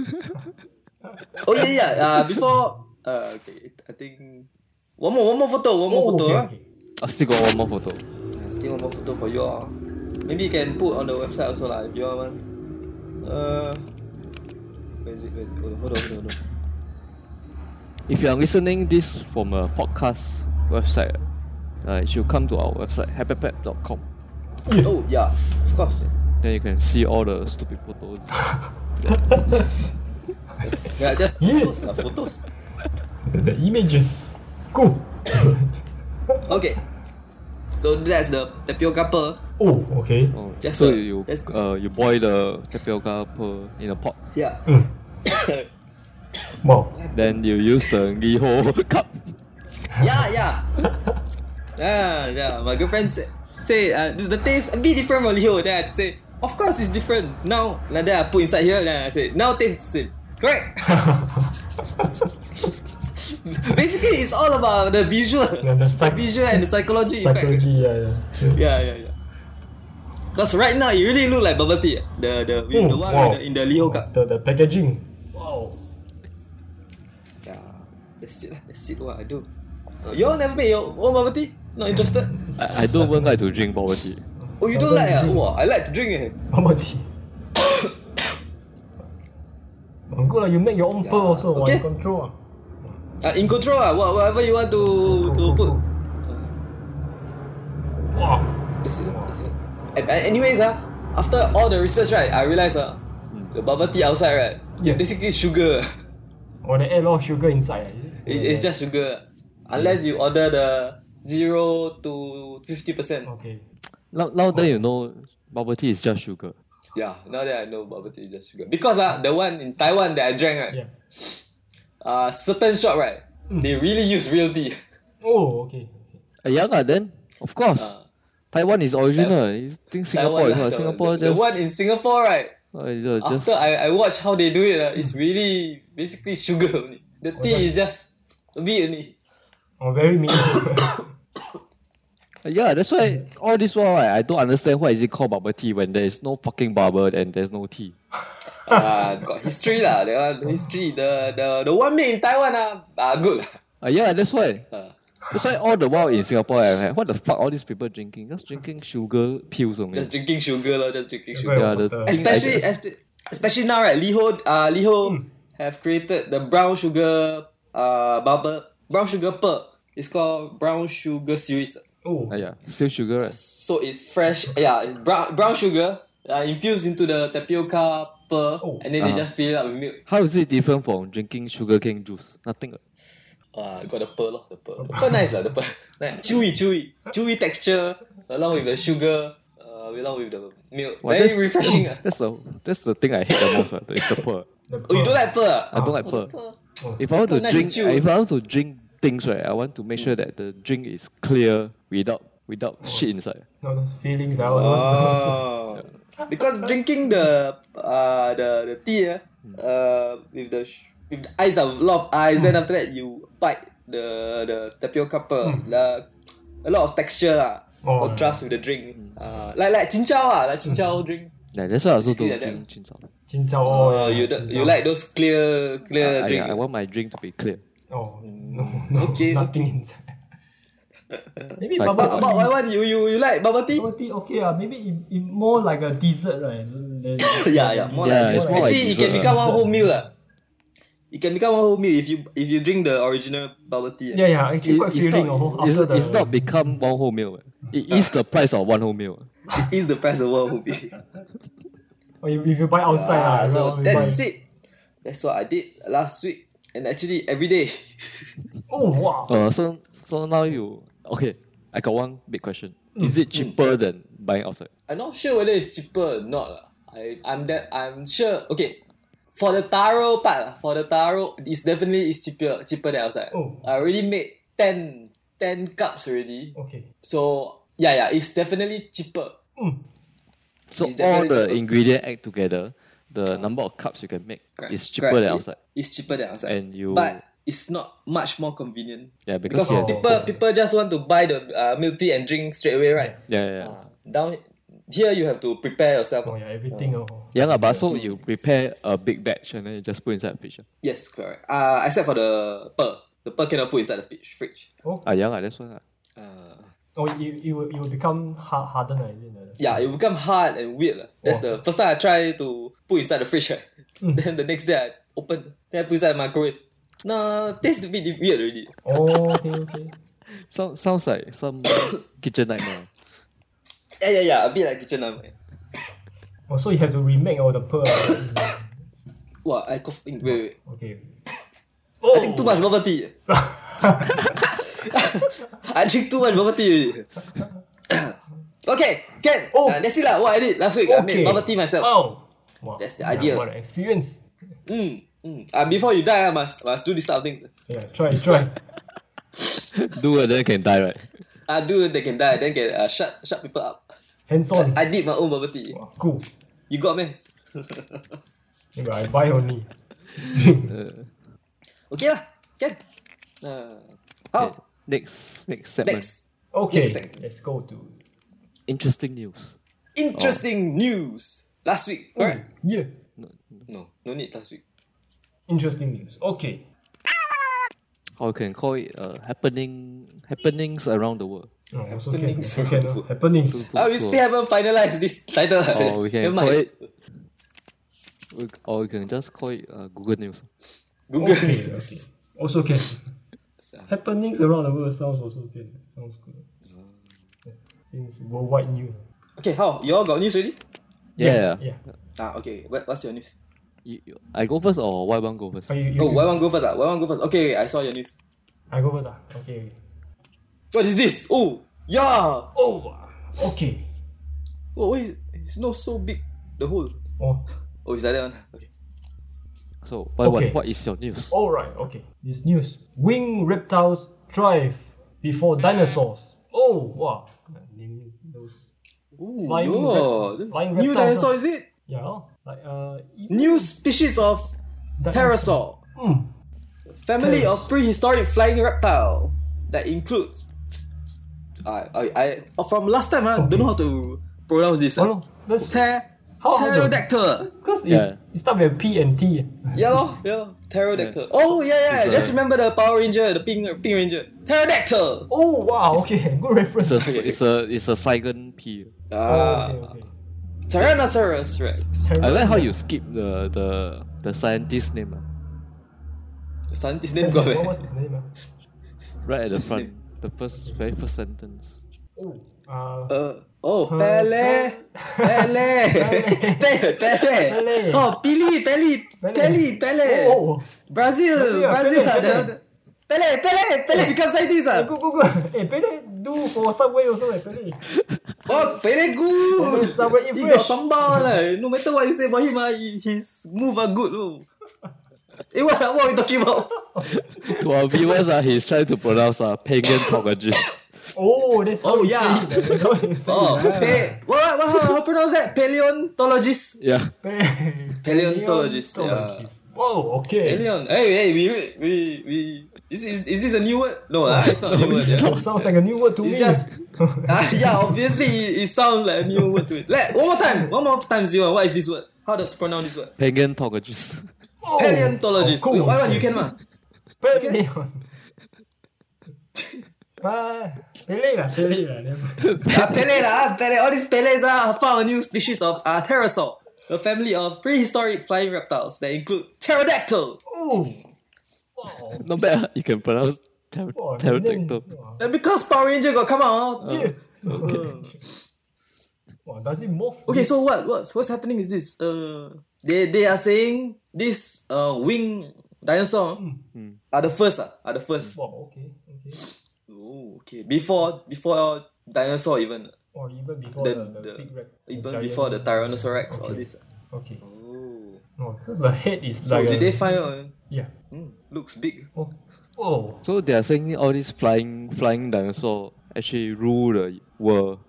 C: oh yeah yeah. Uh, before uh, okay, I think one more one more photo one more
B: Oh,
C: photo.
B: okay,
C: ah.
B: okay.
A: I still got one more photo.
C: Uh, still one more photo for you all. Maybe you can put on the website also lah if you all want. Uh, where is it? Wait, hold on, hold on, hold on.
A: If you are listening this from a podcast website, uh, you should come to our website happypep.com.
C: Hold on. Oh yeah, of course.
A: Then you can see all the stupid photos.
C: Yeah, just
B: Yeah.
C: photos lah, photos.
B: The, the images. Cool.
C: Okay, so that's the tapioca pearl.
B: oh, okay.
A: Oh,
C: That's
A: so
C: the-
A: you
C: that's the-
A: uh, you boil the tapioca pearl in a pot.
C: Yeah.
B: Mm. wow.
A: Then you use the Niho cup.
C: Yeah, yeah. yeah, yeah. My girlfriend say, say uh, this the taste a bit different from Leo. Then I say, of course it's different. Now, like that I put inside here, then I say, now taste same. Correct. Basically, it's all about the visual,
B: Yeah, the psych-
C: visual and the psychology effect.
B: Psychology, yeah, yeah.
C: Yeah, yeah, yeah. Cause right now it really look like bubble tea. eh. The the with the
B: Mm,
C: one
B: wow.
C: with the, in the Leo cup.
B: The, the packaging. Wow.
C: Yeah, that's it. lah, That's it. What I do. You all never made your own bubble tea? Not interested?
A: I, I don't even like to drink bubble tea.
C: Oh, you don't
B: Bubble
C: like ah?
B: tea.
C: Wow, I like to drink eh.
B: Bubble tea. Oh, Good lah, you make your own pearl
C: Yeah,
B: also, okay.
C: okay.
B: control ah.
C: Uh, in control ah, wha- whatever you want to to
B: Cool, cool,
C: put.
B: cool. Wow.
C: That's it. That's it. And, and anyways ah, after all the research right, I realized ah, the bubble tea outside right,
B: Hmm. Yeah.
C: it's basically sugar.
B: Or Oh, they add a lot of sugar inside. ah, is it?
C: It, It's just sugar. Unless you order the zero to fifty percent.
B: Okay.
A: Now, now then you know bubble tea is just sugar.
C: Yeah. Now that I know bubble tea is just sugar, because ah, the one in Taiwan that I drank right,
B: Yeah. Hmm.
C: uh, certain shop right, they really use real tea.
B: Oh, okay.
A: Uh, yeah, lah, then of course.
C: Uh,
A: Taiwan is original. You think Singapore
C: Taiwan,
A: is
C: ah,
A: what? Singapore
C: the- the,
A: just,
C: the one in Singapore right.
A: uh, you know, just
C: After I, I watch how they do it, uh, it's really basically sugar only. The tea is just a bit only.
B: Oh, very meaningful.
A: Uh, yeah. That's why all this while right, I don't understand why is it called bubble tea when there is no fucking bubble and there's no tea.
C: Uh, got history lah, that one history. The the the one made in Taiwan ah, uh, good lah.
A: Uh, yeah, that's why.
C: Uh,
A: That's why all the while in Singapore, I'm like, what the fuck? All these people drinking, just drinking sugar pills only.
C: just drinking sugar lah, just drinking sugar.
A: yeah, the,
C: Especially espe- especially now right, Liho uh Liho have created the brown ah, sugar uh bubble brown sugar pearl. It's called brown sugar series.
B: Oh,
A: Ah, yeah, still sugar, right?
C: So it's fresh. Yeah, it's brown brown sugar uh, infused into the tapioca pearl,
B: Oh.
C: and then they
A: Uh-huh.
C: just fill it up with milk.
A: How is it different from drinking sugarcane juice? Nothing. right?
C: Uh, got the pearl, lor, the pearl. The pearl nice lah, the pearl. Like, chewy, chewy, chewy texture along with the sugar, uh, along with the milk.
A: Wow,
C: Very refreshing. ah.
A: That's the that's the thing I hate the most. Right? It's the pearl.
B: the
C: Oh,
B: pearl.
C: you don't like pearl? ah?
A: I don't like
C: Oh,
A: pearl.
C: the pearl.
A: If I want to
C: Coconut
A: drink,
C: juice.
A: if I want to drink things right, I want to make sure that the drink is clear without without shit inside.
B: no, those feelings. I all those.
C: Oh. because drinking the uh the, the tea ah, uh with the sh- with the ice a lot of ice then after that you bite the the tapioca pearl the, a lot of texture lah
B: Oh.
C: contrast with the drink uh, like like chinchao ah like chinchao drink
A: Yeah, that's why I also don't
C: Basically like that.
A: drink chin chow.
B: Chin chow.
C: oh,
B: Oh, yeah,
C: you
B: chin
C: you
B: chow.
C: like those clear clear
A: I,
C: drink
A: I want my drink to be clear.
B: Oh, no, no,
C: Okay,
B: nothing inside. Maybe
A: Like what
B: bubble
C: What's about
B: tea.
C: what what you you you like bubble tea
B: Bubble tea, okay, uh, maybe it, it more like a dessert, right? Then-
C: yeah, yeah, more
A: Yeah,
C: like
A: it's more like
C: actually it can
A: dessert,
C: become
B: ah.
C: one whole meal lah. It can become one whole meal if you if you drink the original bubble tea. ah.
B: yeah, yeah, actually quite
A: it's,
B: filling.
A: not,
B: oh,
A: it's,
B: after the,
A: it's not become one whole meal. right? It is the price of one whole meal.
C: is the price of what would be.
B: oh, if, if you buy outside, ah,
C: Ah, so
B: if you
C: that's
B: buy-
C: it. That's what I did last week, and actually every day.
B: Oh wow!
A: Uh, so so now you okay? I got one big question. Is it cheaper
C: Mm.
A: than buying outside?
C: I'm not sure whether it's cheaper or not. lah. I I'm that I'm sure. Okay, for the taro part, lah, for the taro, it's definitely is cheaper cheaper than outside.
B: Oh.
C: I already made 10, 10 cups already.
B: Okay.
C: So yeah, yeah, it's definitely cheaper.
B: Mm.
A: So
C: It's
A: all
C: definitely
A: the
C: cheaper.
A: ingredient add together, the number of cups you can make
C: Correct.
A: is cheaper
C: Correct.
A: than
C: It-
A: outside.
C: It's cheaper than outside.
A: And you-
C: but it's not much more convenient.
A: Yeah, because,
C: Because
A: you have to-
B: Oh.
C: people people just want to buy the uh, milk tea and drink straight away, right?
A: yeah yeah. yeah.
C: Uh, down here you have to prepare yourself.
B: Oh yeah, everything. Oh.
A: Yeah, lah, ah, but so you prepare a big batch and then you just put inside the fridge. ah.
C: Yes, correct. Uh, except for the pearl. The pearl cannot put inside the fridge. fridge.
B: Oh,
A: Ah, yeah, lah, that's one. ah.
C: Uh,
B: oh, it, it, will, it will become hard, hardened, right? Isn't it?
C: yeah, it will become hard and weird. lah.
B: Oh.
C: That's the first time I try to put inside the fridge. Right?
B: Hmm.
C: then the next day I open, then I put inside the microwave. No, tastes a bit weird already.
B: Oh, okay, okay.
A: So, sounds like some kitchen nightmare.
C: Yeah, yeah, yeah, a bit like kitchen nightmare.
B: Oh, so you have to remake all the pearl. right?
C: Wow, I cough. Wait, wait, wait.
B: okay. Oh,
C: I drink too much bubble tea. I drink too much bubble tea already. okay, can.
B: Oh.
C: Uh, that's it lah. What I did last week. I made bubble tea myself.
B: Oh, wow.
C: That's the
B: Yeah,
C: idea.
B: What an experience.
C: Mm, mm. Uh, before you die, I must must do this type of things.
B: Yeah, try, try.
A: Do it, then can die, right?
C: I Uh, do they can die, then can uh, shut shut people up.
B: Hands on.
C: I did my own bubble tea.
B: Wow, cool.
C: You got me?
B: You know, I buy only.
C: Okay lah, can. Uh,
A: Okay,
C: how?
A: Next, next segment.
C: Next,
B: Okay,
C: Next segment.
B: let's go to.
A: Interesting news.
C: interesting news last week. Correct?
B: Hmm. Yeah.
C: No, no need last week.
B: Interesting news. Okay.
A: Or you can call it uh, happening happenings around the world.
B: Oh, also can.
C: Happenings
B: also can,
C: around the
B: uh,
C: world.
B: Happenings.
A: To-
C: Ah, we
A: to-
C: still haven't finalized this title.
A: or Oh, we can
C: Never
A: call
C: mind.
A: it. we- Or you can just call it uh, Google News.
C: Google.
B: Okay, okay. Also can. Happenings around the world sounds also okay. Sounds good. Yeah, Since worldwide news.
C: Okay, how? You all got news already?
A: Yeah.
B: Yeah.
C: Ah, okay. What, what's your news?
A: You- you- I go first or why one go first?
B: Oh, you, you,
C: Oh,
B: you-
C: why one go first? Ah, why one go first? Okay, I saw your news.
B: I go first. Ah. Okay. okay.
C: What is this? Oh, yeah.
B: Oh, ah, okay.
C: Oh, why is it's not so big? The hole.
B: Oh,
C: Oh, is that that one? Okay.
A: So, why one?
B: Okay.
A: What is your news?
B: all right. Okay. This news: wing reptiles thrive before dinosaurs. Oh, wow. Name those.
C: Ooh,
B: Flying
C: yo,
B: rep-
C: this
B: flying
C: new
B: reptile.
C: dinosaur is it?
B: Yeah. Like uh. even
C: New species of
B: dinosaur.
C: pterosaur,
B: Mm.
C: family of prehistoric flying reptile that includes. I I, I oh, from last time I don't know how to pronounce this.
B: Oh
C: ah.
B: no. That's
C: Pter-
B: How- how do-
C: pterodactyl.
B: because
A: Yeah.
B: it's it starts with P and T.
C: Yeah, lor, yeah, lor. ya pterodactyl.
A: Yeah.
C: Oh, yeah, yeah.
A: It's a-
C: Just remember the Power Ranger, the pink, pink ranger. Pterodactyl.
B: Oh wow. Okay. Good reference.
A: It's a it's a it's a Saigon P.
B: Oh,
C: Ah,
B: okay, okay.
C: Tyrannosaurus Rex.
A: I like how you skip the the the scientist name ah,
C: Son, his name
B: What
C: got it.
B: was his name? ah?
A: right at the
C: His
A: front.
C: name.
A: The first very first sentence.
B: Oh, uh,
C: Uh, oh, Pele. Pele. Pele. Pele.
B: Pele.
C: Oh, Pili. Pele.
B: Pele.
C: Pele. Pele.
B: Oh, Brazil,
C: Brazil. Brazil.
B: Pele,
C: Pele. Pele. Pele. Pele becomes like this.
B: eh,
C: ah.
B: go go go. Eh, Pele do for subway also eh, Pele.
C: Oh, Pele good.
B: Subway eat
C: He
B: Oh,
C: got
B: fresh.
C: sambal lah. No matter what you say about him, ah, he- his move are good. Oh. Eh, what, what are we talking about?
A: to our viewers, uh, he's trying to pronounce uh, pagan propagist.
B: Oh, that's how
C: Oh,
B: you
C: yeah.
B: say it. That's how you say
C: Oh,
B: it, ah.
C: pe- what, what, what, how, how pronounce that? Paleontologist.
A: Yeah.
B: Pe-
C: Paleontologist, yeah.
B: Paleontologist. Whoa, okay.
C: Alien. Hey, hey, we, we, we, is, is, is this a new word? No, ah, it's not a new word.
A: it's
C: yeah.
A: not.
B: Sounds like a new word to me.
C: It's
B: Oh,
C: just, ah, yeah, obviously it, it sounds like a new word to it. Let, one more time, one more time, Zion. What is this word? How to pronounce this word?
A: Pagan propagist.
B: Oh,
C: Paleontologist.
B: of course.
C: Why one you can, ma?
B: Peleon. Pa- Pele lah, Pele lah. Ah, never mind.
C: Ah, Pele, lah, ah, Pele. All these Peles ah, found a new species of ah, pterosaur, a family of prehistoric flying reptiles that include pterodactyl.
B: Oh, wow.
A: Not bad. ah. You can pronounce pter-
B: Wow,
A: pterodactyl.
B: then- wow.
C: And because Power Ranger got come out, ah,
B: Oh, Yeah. Wow, does it morph?
C: Okay, so what what's what's happening is this. Uh, they they are saying this uh wing dinosaur
B: Hmm.
C: are the first ah are the first.
B: Wow, okay, okay.
C: Oh, okay. Before before dinosaur even
B: Or even before
C: The-
B: the, the,
C: the-
B: big rat- the
C: even
B: giant-
C: before the Tyrannosaurus Rex all
B: okay.
C: this. ah.
B: Okay.
C: Oh,
B: No, because the head is
C: so
B: like
C: did
B: a,
C: they find? Uh,
B: Yeah.
C: hmm, looks big.
B: Oh. Oh.
A: So they are saying all these flying flying dinosaur actually rule the world.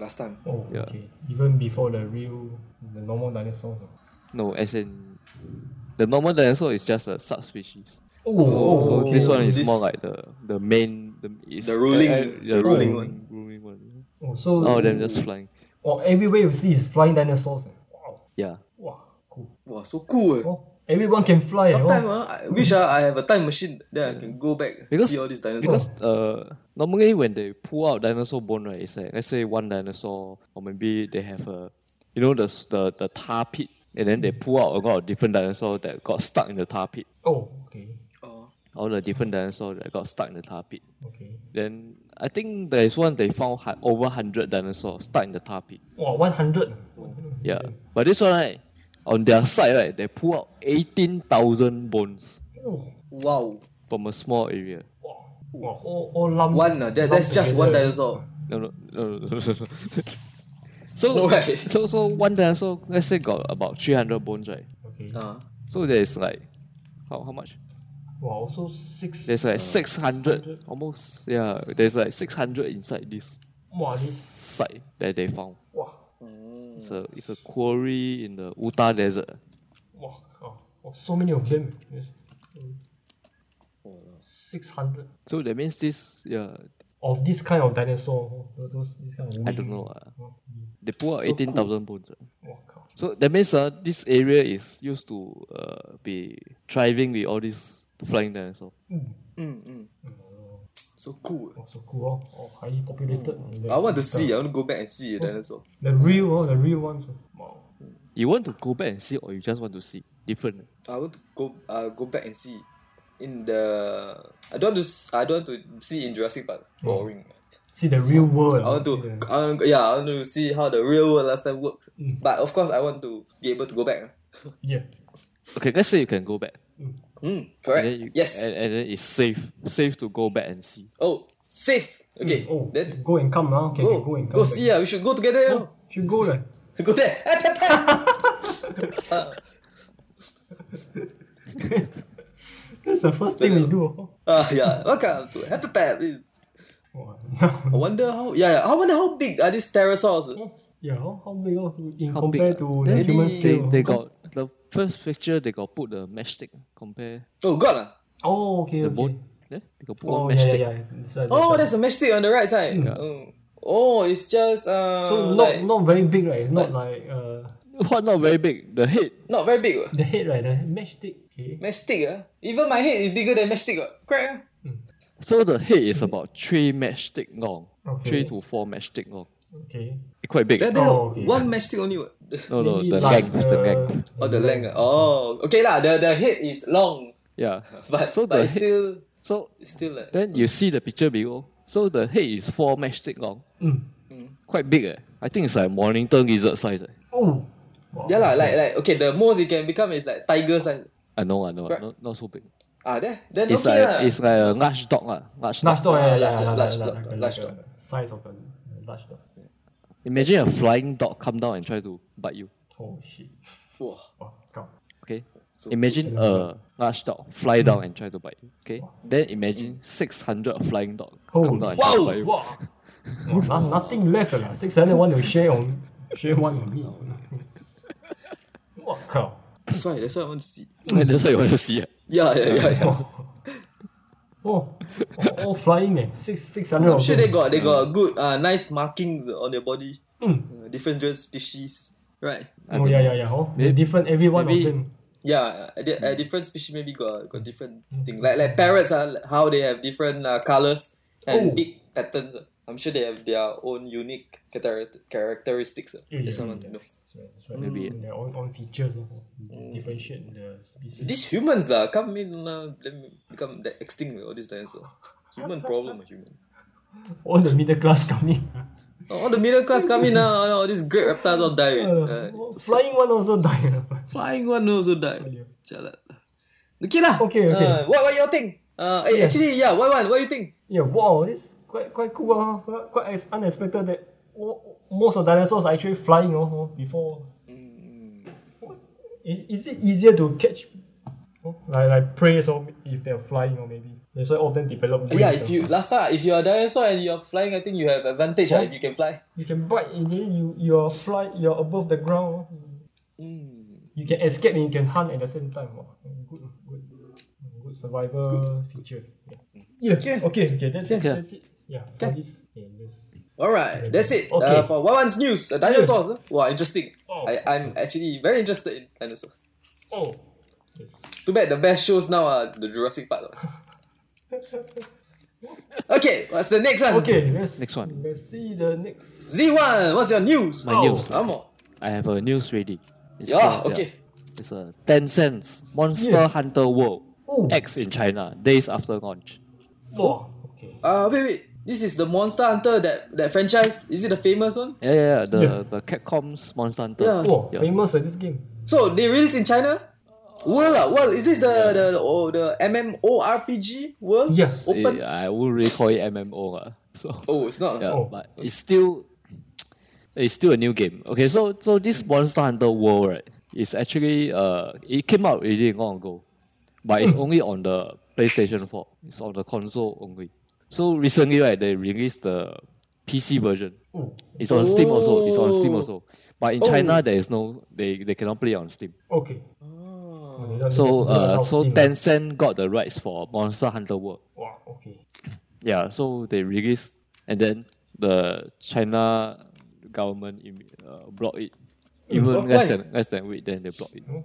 C: Last time.
B: Oh.
A: Yeah.
B: Okay. Even before the real, the normal dinosaurs.
A: No, as in the normal dinosaur is just a subspecies.
B: Oh.
A: So,
B: oh,
A: so
B: okay.
A: this one is
C: This-
A: more like the the main the is,
C: The ruling-
A: the
C: the ruling
A: ruling
C: one.
A: ruling one.
B: Oh, so.
A: All of them just flying.
B: Oh, everywhere you see is flying dinosaurs. eh. Wow.
A: Yeah.
B: Wow. Cool.
C: Wow, so cool. Eh.
B: Oh, everyone can fly. eh.
C: Sometime
B: Oh.
C: ah, I wish ah, I have a time machine that I can go back
A: Because-
C: see all these dinosaurs.
A: Because uh, normally when they pull out dinosaur bone, right, it's like let's say one dinosaur, or maybe they have a, you know, the s- the the tar pit, and then they pull out a lot of different dinosaur that got stuck in the tar pit.
B: oh. Okay.
C: Oh,
A: All the different dinosaur that got stuck in the tar pit.
B: Okay.
A: Then I think there is one they found hun- over hundred dinosaurs stuck in the tar pit.
B: Wow. One hundred.
A: Yeah, but this one right, on their side right, they pull out eighteen thousand bones
B: Oh.
C: wow.
A: from a small area.
B: Wow. Wow. All, all lump.
C: One ah, that, that's
B: lump
C: just one
B: together.
C: dinosaur.
A: No, no, no, no, no, no. So,
C: No, right?
A: so, so one dinosaur, let's say got about 300 bones, right?
B: Okay.
C: Ah.
A: So there's like, how, how much?
B: Wow. Also six.
A: There's like 600,
B: 600.
A: almost, yeah, there's like 600 inside this
B: Wow. This.
A: site that they found.
B: Wow.
A: It's a, it's a quarry in the Utah desert.
B: Wow. Oh. oh, So many of them. Yes. Six hundred.
A: So that means this, yeah,
B: of this kind of dinosaur, tho- those this kind of.
A: I
B: wing.
A: don't know. Uh,
B: Oh,
A: they pull out
C: So
A: 18,000 bones. ah.
B: wow, cow.
A: So that means uh, this area is used to uh, be thriving with all these flying dinosaurs.
B: Mm.
C: Mm, mm. So cool.
B: Oh, so cool. Oh, oh highly populated. The-
C: Mm. I want to see. uh, I want to go back and see a
B: Oh.
C: dinosaur.
B: The real, oh, the real ones. oh. Wow.
A: You want to go back and see, or you just want to see? Different.
C: I want to go. Uh, go back and see. In the I don't want to. s- I don't want to see in Jurassic Park.
B: Mm.
C: Boring.
B: See the real world.
C: I want to.
B: see the-
C: I want, yeah, I want to see how the real world last time worked.
B: Mm.
C: But of course, I want to be able to go back.
B: Yeah.
A: Okay, let's say you can go back.
C: Hmm.
A: And
C: Correct.
A: then you,
C: yes.
A: And, and then it's safe, safe to go back and see.
C: oh, safe. Okay.
B: Oh,
C: Then
B: go and come now. Okay,
C: go.
B: okay, go and come.
C: Go
B: back.
C: see. Yeah, we should go together. you
B: Oh,
C: know.
B: should go there.
C: Go there.
B: That's the first thing we do. oh.
C: Ah, yeah. Welcome to Happy Pad. please.
B: Wow.
C: I wonder how. Yeah, yeah. I wonder how big are these pterosaurs.
B: Oh, yeah. How, how big? Oh, in
A: How big,
B: compared to
A: ah?
B: the
A: They-
B: human
C: they-
A: They,
B: scale. oh.
A: they got the first picture. They got put the matchstick compare
C: Oh God. ah.
B: Oh, okay,
A: the
B: okay.
A: bone. Yeah, they got put
B: Oh,
A: one
B: yeah,
A: matchstick.
B: yeah, yeah. That's right,
C: Oh,
B: right.
C: there's a matchstick on the right side.
A: Yeah.
C: Oh. Oh, it's just uh,
B: so not
C: like,
B: not very big, right? It's not like uh
A: What not very big? The head.
C: not very big. Uh.
B: the head, right? The matchstick. Okay.
C: Matchstick. Uh. Even my head is bigger than matchstick. Uh. Correct. ah?
A: So the head is about three matchstick long,
B: Okay.
A: three to four matchstick long.
B: Okay.
A: It's quite big.
C: There, there,
B: Oh, okay.
C: One matchstick only. Uh.
A: No, no, the
B: Maybe like,
A: length, the
B: uh,
A: length.
C: oh, the length. ah. Oh, okay lah. The the head is long,
A: Yeah.
C: but
A: so the
C: but it's
A: head,
C: still
A: so
C: it's still like.
A: then you see the picture below. So the head is four matchstick long.
B: Mm.
A: Quite big. Eh. I think it's like monitor lizard size. Eh.
B: Oh. Wow.
C: Yeah lah, like like okay, the most it can become is like tiger size.
A: I know, I know.
C: Right.
A: Not, not so big.
C: Ah, there, then
A: It's
C: okay
A: like
C: lah.
A: it's like a large dog. lah. large dog.
B: Large dog, yeah, yeah,
C: Large-
B: yeah, yeah,
C: large
B: yeah,
C: dog,
B: like a-
C: large
B: like a
C: dog.
B: Size of a large dog.
A: Imagine a flying dog come down and try to bite you.
B: Oh shit. Oh,
C: Whoa.
B: Wow. God.
A: Okay.
C: So-
A: imagine a large dog fly down and try to bite you. Okay. Then imagine six hundred flying dog come
B: Holy
A: down and try to
C: Wow,
A: bite you.
B: Wow. wow no- nothing left lah. Six hundred one to share on share one with me. Wow. God.
C: That's why, that's why I want to see.
A: So that's what you want to see. eh.
C: Yeah, yeah, yeah. yeah.
B: Oh. Oh. oh, all flying eh. Six six hundred.
C: I'm
B: of
C: sure
B: them.
C: Oh, they got they got good uh, nice markings on their body.
B: Mm.
C: Uh, different different species. Right.
A: I
B: Oh
A: don't
B: yeah
A: know.
B: yeah yeah. Oh,
A: Maybe-
B: they different every one
A: maybe-
B: of them.
C: Yeah, uh, di-
B: Hmm.
C: uh, different species maybe got got different thing. Like like parrots uh, how they have different uh, colors and
B: Oh.
C: big patterns. ah. I'm sure they have their own unique charac- characteristics. ah.
B: Yeah,
C: That's
B: Eh, yeah,
C: what I want to
A: Maybe.
B: yeah. That's right, that's right.
C: know.
B: Mm, their own own features. Oh.
C: Mm.
B: Differentiate the species.
C: These humans lah, come in now, let me become the extinct with all these dinosaurs. Human problem, ah, human.
B: all the middle class coming.
C: All the middle class come in now, all these great reptiles all die.
B: Uh,
C: right? Uh,
B: oh,
C: so sad.
B: flying one also die.
C: Flying one also died. Jalan. Okay lah.
B: Okay, okay.
C: Uh, what what you think? Uh, eh,
B: Yeah.
C: actually yeah. What one? What you think?
B: yeah, wow, it's quite quite cool. Uh, quite, quite ex- unexpected that all, most of dinosaurs are actually flying. Oh, oh, before
C: Hmm.
B: is, is it easier to catch? Oh, like like prey, so if they're flying, or maybe that's why all of them develop. Wings,
C: yeah, if
B: oh.
C: you last time if you're a dinosaur and you're flying, I think you have advantage ah,
B: Oh.
C: if you can fly.
B: you can bite, and then you you're fly, you're above the ground. oh.
C: Mm.
B: You can escape and you can hunt at the same time. Wow. Good, good, good survival feature. Yeah. yeah.
C: Okay.
B: Okay. Okay. That's it.
A: Okay.
B: That's it. Yeah. for
C: Okay.
B: this- yeah, this-
C: All right, that's it.
B: Okay.
C: Uh, for Wawan's news, uh, dinosaurs. ah. Wow, interesting.
B: Oh.
C: I I'm actually very interested in dinosaurs.
B: Oh. Yes.
C: Too bad the best shows now are the Jurassic Park. ah. okay, what's the next one?
B: Okay. Let's
A: Next one.
B: Let's see the next.
C: Z one. What's your news?
A: My
B: Oh,
A: news.
C: Come on.
A: I have a news ready. It's
C: Yeah.
A: called-
C: Okay.
A: It's a Ten Cents Monster
B: Yeah.
A: Hunter World
B: Oh.
A: X in China days after launch.
B: Wow. Okay.
C: Uh, wait, wait. This is the Monster Hunter that that franchise. Is it the famous one?
A: Yeah, yeah, yeah. The
B: Yeah.
A: the Capcom's Monster Hunter.
C: Yeah.
B: Wow.
A: Yeah.
B: Famous at this game.
C: So they released in China.
B: Oh.
C: World, ah, world. Is this the the the, oh, the MMORPG world?
B: Yeah.
C: Open.
A: Eh, I would really call it MMO. lah. So
C: Oh, it's not.
A: yeah,
B: Oh.
A: but it's still it's still a new game. Okay, so so this Monster Hunter World right is actually uh it came out really long ago, but
B: Hmm.
A: it's only on the PlayStation 4. It's on the console only. So recently right they released the PC version.
B: Oh.
A: It's on Steam also. It's on Steam
C: Oh.
A: also. But in
C: Oh.
A: China there is no they they cannot play it on Steam.
B: Okay. Oh, they don't-
A: So
B: they don't
A: uh
B: allow
A: so
B: Steam.
A: Tencent got the rights for Monster Hunter World.
B: Wow. Okay.
A: Yeah, so they released, and then the China government im- uh, blocked it. Even
C: wh-
A: less
C: why?
A: than less than week, then they blocked it.
B: Oh.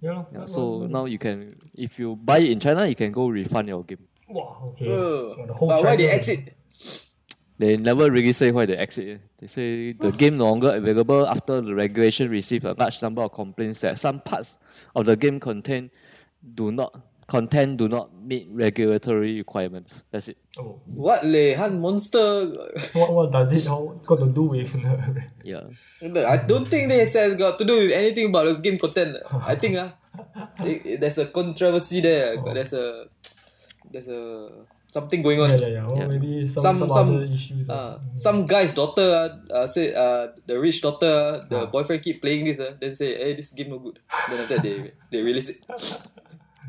B: Yeah. lah.
A: Yeah,
B: Why-
A: so
B: why-
A: now you can, if you buy it in China, you can go refund your game.
B: Wow. Okay.
C: Oh.
B: Wow, the whole
C: But why they
B: China-
C: exit?
A: They never really say why they exit. They say the game no longer available after the regulation received a large number of complaints that some parts of the game contain do not content do not meet regulatory requirements. That's it.
B: Oh.
C: What leh? Han monster.
B: What what does it how got to do with? the-
A: Yeah.
C: I don't think this has got to do with anything about the game content. I think ah, it- it- there's a controversy there.
B: Oh.
C: There's a there's a something going on.
B: yeah, yeah, yeah. Or
A: Yeah.
B: maybe some
C: Some-
B: some,
C: some,
B: other issues.
C: Uh,
B: ah.
C: some guy's daughter uh, said uh, the rich daughter uh, the
B: Ah.
C: boyfriend keep playing this uh, then say hey this game no good then after that they they release it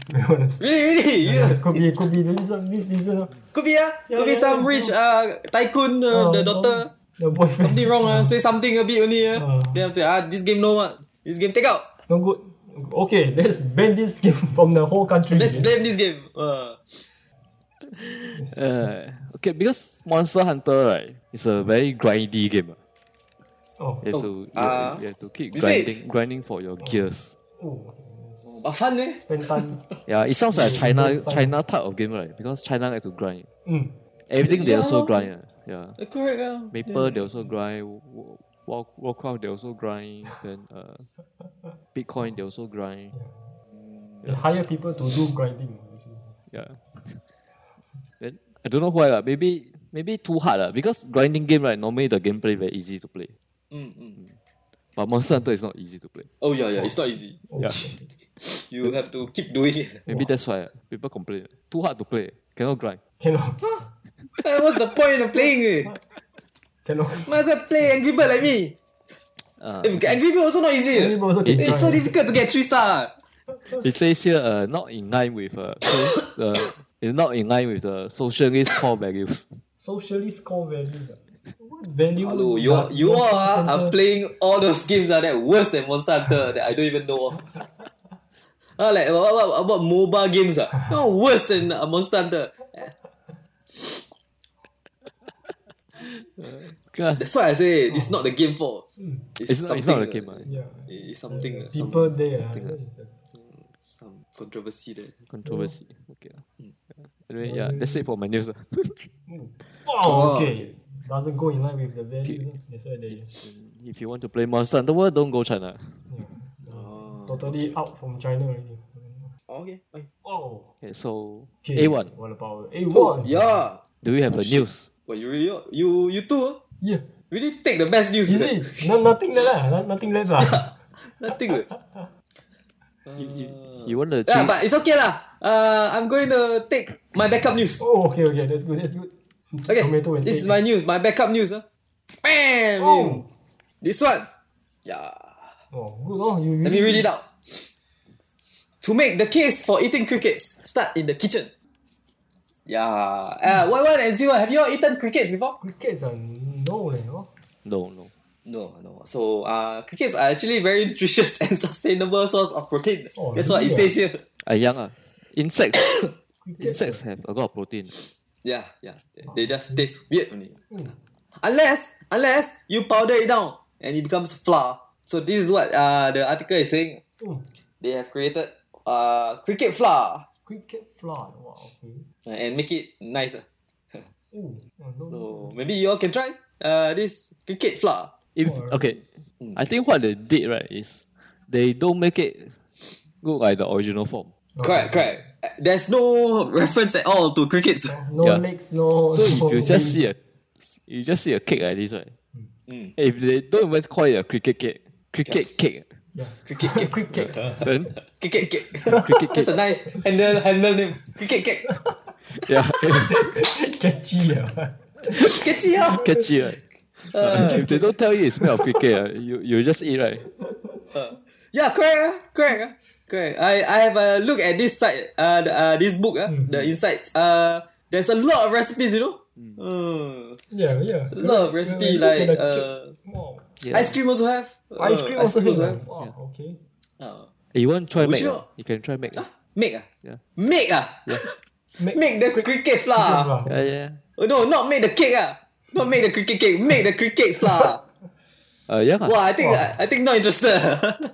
B: To be honest.
C: really really
B: Yeah,
C: yeah.
B: could be, could be this one, this this one.
C: could be uh, could be
B: yeah,
C: some
B: yeah.
C: rich uh, tycoon uh,
B: Oh,
C: the
B: no.
C: daughter
B: the boyfriend.
C: something wrong uh, say something a bit only uh.
B: Ah.
C: then after ah this game no one this game take out
B: No good. Okay, let's ban this game from the whole country.
C: let's blame this game uh,
A: Uh, okay, because Monster Hunter right is a very grindy game. ah.
B: Oh,
A: You have to you,
C: Ah.
A: you have to keep
C: Is
A: grinding
C: it?
A: grinding for your gears.
B: oh,
C: but fun eh
B: spend time.
A: Yeah, it sounds like a
B: Mm,
A: China
B: those type.
A: China type of game right because China like to grind.
B: Mm.
A: Everything they also
C: Yeah.
A: grind. ah. Yeah,
C: Uh, correct uh.
A: Maple they also grind. Wa- Wa- Wa- Warcraft they also grind. Then uh, Bitcoin they also grind.
B: They hire people to do grinding.
A: Yeah. then I don't know why lah. Maybe maybe too hard lah. Because grinding game right, normally the gameplay very easy to play.
C: Mm, mm.
A: But Monster Hunter is not easy to play.
C: Oh yeah, yeah. It's not easy.
B: oh,
C: You have to keep doing it.
A: Maybe that's why people complain. Too hard to play. Cannot grind.
B: Cannot.
C: Eh, What's the point of playing it?
B: Cannot.
C: Might as well play Angry Bird like me.
A: Uh,
C: If Angry Bird also not easy. Eh,
B: Angry Bird also
A: It-
B: can
C: It's so
B: grind.
C: difficult to get three star.
A: it says here, uh, not in line with uh, so, uh, it's not in line with the socialist core values.
B: Socialist core values. ah. What value?
C: Hello, you
B: does
C: you all
B: Monster
C: ah,
B: Hunter-
C: are playing all those games ah, that worse than Monster Hunter that I don't even know of. Ah, like what, what, what about MOBA games ah? No worse than uh, Monster Hunter.
A: Okay lah.
C: That's why I say it's not the game for. It's,
A: It's not- it's not
C: something,
A: the game,
C: ah.
A: ah.
B: Hmm, Yeah.
C: It's something. ah, some,
B: People there. ah.
C: some controversy there.
A: Controversy. Okay. lah. Anyway, yeah, that's it for my news. lah.
B: Oh,
C: Oh,
B: okay. Doesn't go in line with the values. ah. That's why they
A: if you want to play Monster Hunter World, don't go China.
C: Oh,
B: totally out from China already.
C: okay. okay.
B: Oh.
A: Okay, so
B: Okay.
A: A1,
B: What about A1?
C: Oh, yeah.
A: do you have a news?
C: Well, you really, you you too. ah?
B: Yeah.
C: Really take the best news.
B: Is
C: ah.
B: it? No, nothing left lah. No, nothing left lah.
C: Nothing. ah.
A: You, you, you want to
C: Uh, Yeah,
A: choose?
C: but it's okay lah. Uh, I'm going to take my backup news.
B: Oh, okay, okay. That's good. That's good.
C: Okay,
B: Tomato and
C: this is
B: egg.
C: my news, my backup news. Huh? Bam!
B: Oh.
C: This one. Yeah.
B: Oh, good. Oh, you.
C: Let me read it out. To make the case for eating crickets, start in the kitchen. Yeah. Uh, one, one, and zero. Have you all eaten crickets before?
B: Crickets are no leh. Oh.
A: No, no.
C: No, no. So, uh, crickets are actually very nutritious and sustainable source of protein.
B: Oh,
C: That's what it
B: really,
C: says here.
A: I young ah. Insects,
B: Crickets.
A: insects have a lot of protein.
C: Yeah, yeah. They just taste weird only. Unless, unless you powder it down and it becomes flour. So this is what uh, the article is saying.
B: Mm.
C: They have created uh, cricket flour
B: Cricket fly. Wow. Okay.
C: uh, and make it nicer.
B: Ooh. Oh, no.
C: So maybe you all can try uh, this cricket flour.
A: If okay, I think what they did right is they don't make it look like the original form.
B: Okay.
C: Correct, correct. Uh, There's no reference at all to crickets.
B: No
A: Yeah.
B: legs. No.
A: So if
B: no
A: you just
B: wings.
A: see a you just see a cake like this, right? Eh,
C: Mm.
A: If they don't even call it a cricket cake, cricket
C: Yes.
A: cake,
B: Yeah.
C: Cricket cake.
B: Cricket.
A: then
C: Cricket cake.
A: cricket
C: That's
A: cake,
C: a nice handle, handle name. Cricket cake.
A: yeah,
B: Catchy. Yeah.
C: Catchy, huh?
A: catchy. Right?
C: Uh,
A: If they don't tell you it's made of cricket, ah, you you just eat right.
C: Yeah, correct, ah, correct, ah, correct. I I have a look at this site, uh, the, uh this book, uh, the
B: Mm-hmm.
C: insights. Uh, there's a lot of recipes, you know. Uh,
B: Yeah. Yeah.
C: a lot of recipe like uh,
B: Wow.
A: Yeah.
C: ice cream also have. Uh,
B: Ice cream also.
C: have.
B: Wow. Okay.
C: Uh,
A: Eh, you want to try
C: Would
A: make?
C: you-
A: ah? You can try make. ah.
C: make ah,
A: Yeah.
C: make ah,
B: Make-
C: make the cricket flour.
B: Wow.
A: Yeah, yeah.
C: Oh, no, not make the cake ah, not make the cricket cake, make the cricket flour.
A: Uh, yeah. ah.
C: Wow, I think I, I think not interested.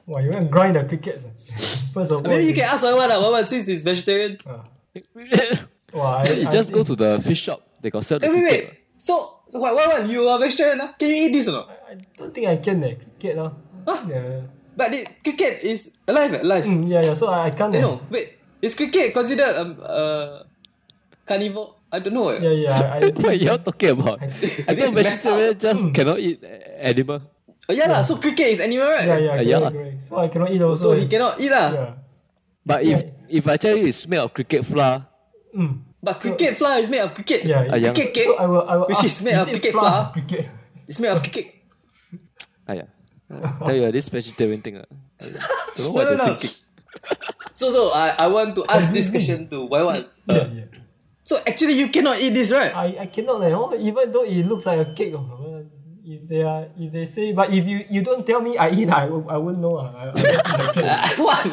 B: Wow, you want to grind the crickets? ah? First of all,
C: Maybe you can ask Wawan ah, Wawan since he's vegetarian.
B: Ah.
A: you
B: Wow, I, I
A: just go to
B: think-
A: the fish shop. They got sell the
C: Eh, wait,
A: cricket.
C: wait. So, so what, Wawan, you are vegetarian ah? Can you eat this or not?
B: I don't think I can eh, cricket lah. Yeah.
C: But the cricket is alive, eh? alive.
B: Mm, yeah, yeah. So I, I can't. eh.
C: Eh, no, wait. Is cricket considered um, uh, carnivore? I don't know.
B: Yeah,
C: Eh.
B: yeah. I, I
A: what are you all talking about? I
B: think-
A: thought
C: think it's messed Hmm.
A: vegetarian just cannot eat a- animal.
C: Oh, yeah, lah. So cricket is animal, right?
B: yeah, yeah.
A: Uh, yeah.
B: correct, correct. So I cannot eat also.
C: Oh, So he ah.
B: eh.
C: cannot eat lah.
B: Yeah.
A: But if if I tell you it's made of cricket flour,
B: Mm.
C: But cricket flour is made of cricket.
B: Yeah,
A: Ayam.
B: yeah.
C: Cricket cake.
B: So um, I will, I will
C: Which
B: ask,
C: is made of
B: it
C: cricket
B: flour?
C: flour.
B: Cricket.
C: It's made of cricket.
A: ah, yeah. Uh, tell you ah, this vegetarian thing. ah. I don't know what
C: no,
A: they're
C: no.
A: thinking.
C: So, so I, I want to ask this question to Waiwan.
B: Yeah, yeah.
C: So actually, you cannot eat this, right?
B: I, I cannot like, oh, even though it looks like a cake. Oh, well, if they are, if they say, but if you, you don't tell me I eat, I, won't- I won't know. ah. I, I, won't eat the cake.
C: what?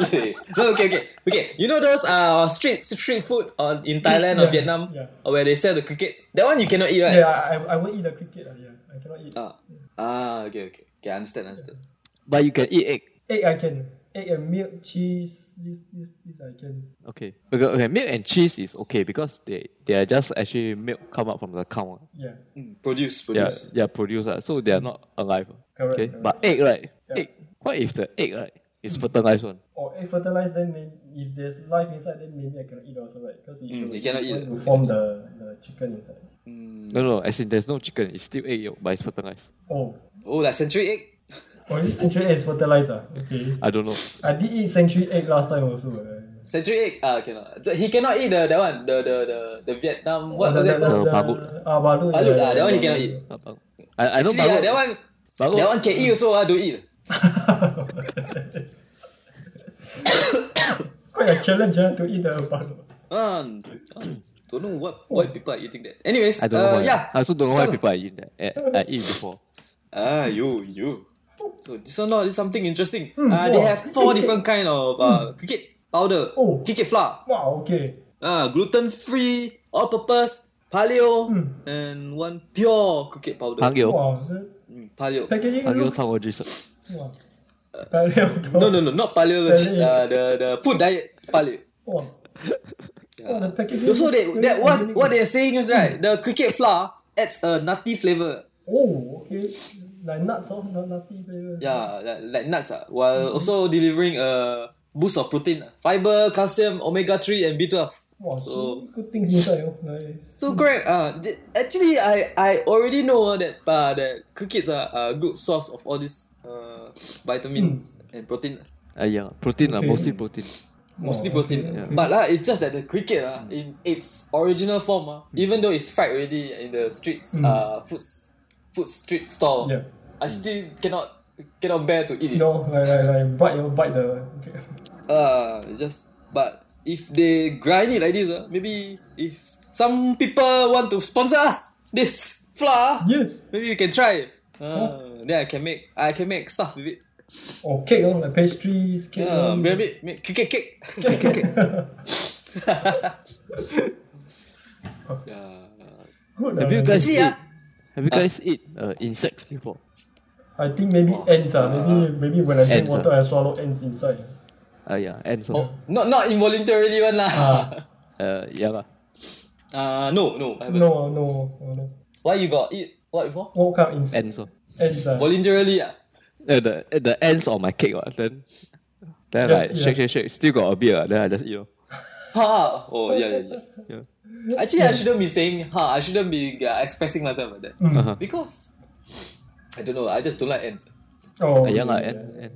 C: no, okay, okay, okay. You know those uh street street food on in Thailand or
B: Yeah,
C: Vietnam,
B: yeah.
C: or where they sell the crickets? That one you cannot eat, right?
B: yeah, I, I won't eat the cricket. ah, Yeah, I cannot eat.
C: Ah, ah, okay, okay, okay. Understand, understand.
A: But you can eat egg.
B: Egg I can. Egg and milk, cheese. This, this, this I can.
A: Okay. Okay, okay, milk and cheese is okay because they, they are just actually milk come out from the cow. ah.
B: Yeah,
C: Mm, Produce,
A: They are,
C: produce.
A: they are produced, ah, so they are not alive. ah.
B: correct.
A: Okay.
B: correct.
A: But egg, right? Egg. What if the egg, right, is fertilized one?
B: or egg fertilized, then maybe if there's life inside, then maybe I cannot eat also, right? Because
C: Mm, you cannot eat.
B: To form the, the chicken inside.
C: Mm.
A: No, no, I said there's no chicken. It's still egg yolk, but it's fertilized.
B: Oh,
C: Oh, like century egg.
B: oh this century egg is fertilized. ah. Okay.
A: I don't know.
B: I did eat century egg last time also. eh.
C: Century egg. Ah, cannot. So he cannot eat the that one. The the the the Vietnam. What
B: the,
C: was that
B: the,
C: called?
A: called?
B: the,
A: Balut.
B: Ah, balut.
C: Balut,
B: yeah,
C: ah, that one you
B: yeah,
C: cannot
B: yeah.
C: eat.
A: I, I know oh.
C: Actually, yeah, ah, that
A: balut,
C: one.
A: balut,
C: That one can eat also. Ah, don't eat.
B: Quite a challenge ah, to eat the balut.
C: Um, don't know what why people are eating that. Anyways,
A: I don't know
C: uh,
A: why.
C: yeah.
A: I also don't know why
C: So-
A: people are eating that. I, I eat before.
C: Ah, you, you. So this one now is something interesting.
B: Hmm,
C: uh, they
B: wow. Hmm.
C: have four different kind of uh, cricket powder,
B: Oh.
C: cricket flour,
B: Wow, okay.
C: uh, gluten free, all purpose, paleo,
B: Hmm.
C: and one pure cricket powder.
A: Pangyo.
B: Wow, the
C: Mm, paleo.
B: packaging
A: Pangyo
B: looks...
A: Tang or Jesus.
B: Wow. Paleo
C: No, no, no, not paleologist.
B: Paleo.
C: Uh, the the food diet paleo.
B: Wow. Wow, the packaging
C: So they
B: looks
C: that
B: very
C: was
B: organic.
C: what they're saying is right. The cricket flour adds a nutty flavor.
B: Oh, okay. Like nuts, oh, not nutty flavor.
C: Yeah, like, like nuts ah,
B: Hmm.
C: while also delivering a boost of protein, ah. fiber, calcium, omega three, and B twelve.
B: Wow,
C: So-
B: so good things inside. Oh. Nice.
C: So correct. Uh, th- actually, I I already know ah, that uh, that crickets are a good source of all these uh, vitamins
B: Hmm.
C: and protein. ah.
A: Uh, yeah, protein, lah,
B: Okay.
A: mostly protein.
C: Mostly
B: Wow,
C: protein.
B: Oh, okay.
C: ah. But uh, it's just that the cricket uh, in its original form, uh,
B: Hmm.
C: even though it's fried already in the streets, uh, food, s- food street stall,
B: Yeah.
C: I still cannot cannot bear to eat it.
B: No, like, like, like bite, oh, bite the. Okay.
C: Uh, just but if they grind it like this, uh, maybe if some people want to sponsor us this flour,
B: Yeah.
C: maybe we can try. Uh, then I can make I can make stuff with it.
B: Or cake, oh, like pastries, cake. oh.
C: Yeah, maybe make cricket cake. yeah.
B: Good,
A: Have
B: ah,
A: you guys
C: Actually,
A: eat?
C: yeah.
A: Have you guys eat uh, insects before?
B: I think maybe ants, ah. maybe, maybe when I drink
A: Ants, ah.
B: water, I swallow ants inside.
A: Uh, yeah, and so
C: Oh, not not involuntarily one lah.
B: Ah.
A: uh, yeah lah.
C: Uh, no no. I haven't.
B: No, ah, no, no, no.
C: Why you got eat what before?
B: What kind of insect?
A: And so
B: Ants, ah.
C: Voluntarily ah.
A: uh, the the ends on my cake, uh, then then
B: Just
A: like
B: eat,
A: shake shake shake, still got a bit, uh, then I just you know.
C: Ha! Oh yeah, yeah, yeah.
A: Yeah.
C: Actually, I shouldn't be saying ha. I shouldn't be uh, expressing myself like that
B: Mm.
A: Uh-huh.
C: because I don't know. I just don't like ants.
A: Uh,
B: Oh,
A: yeah lah, and,
B: yeah, yeah.
A: and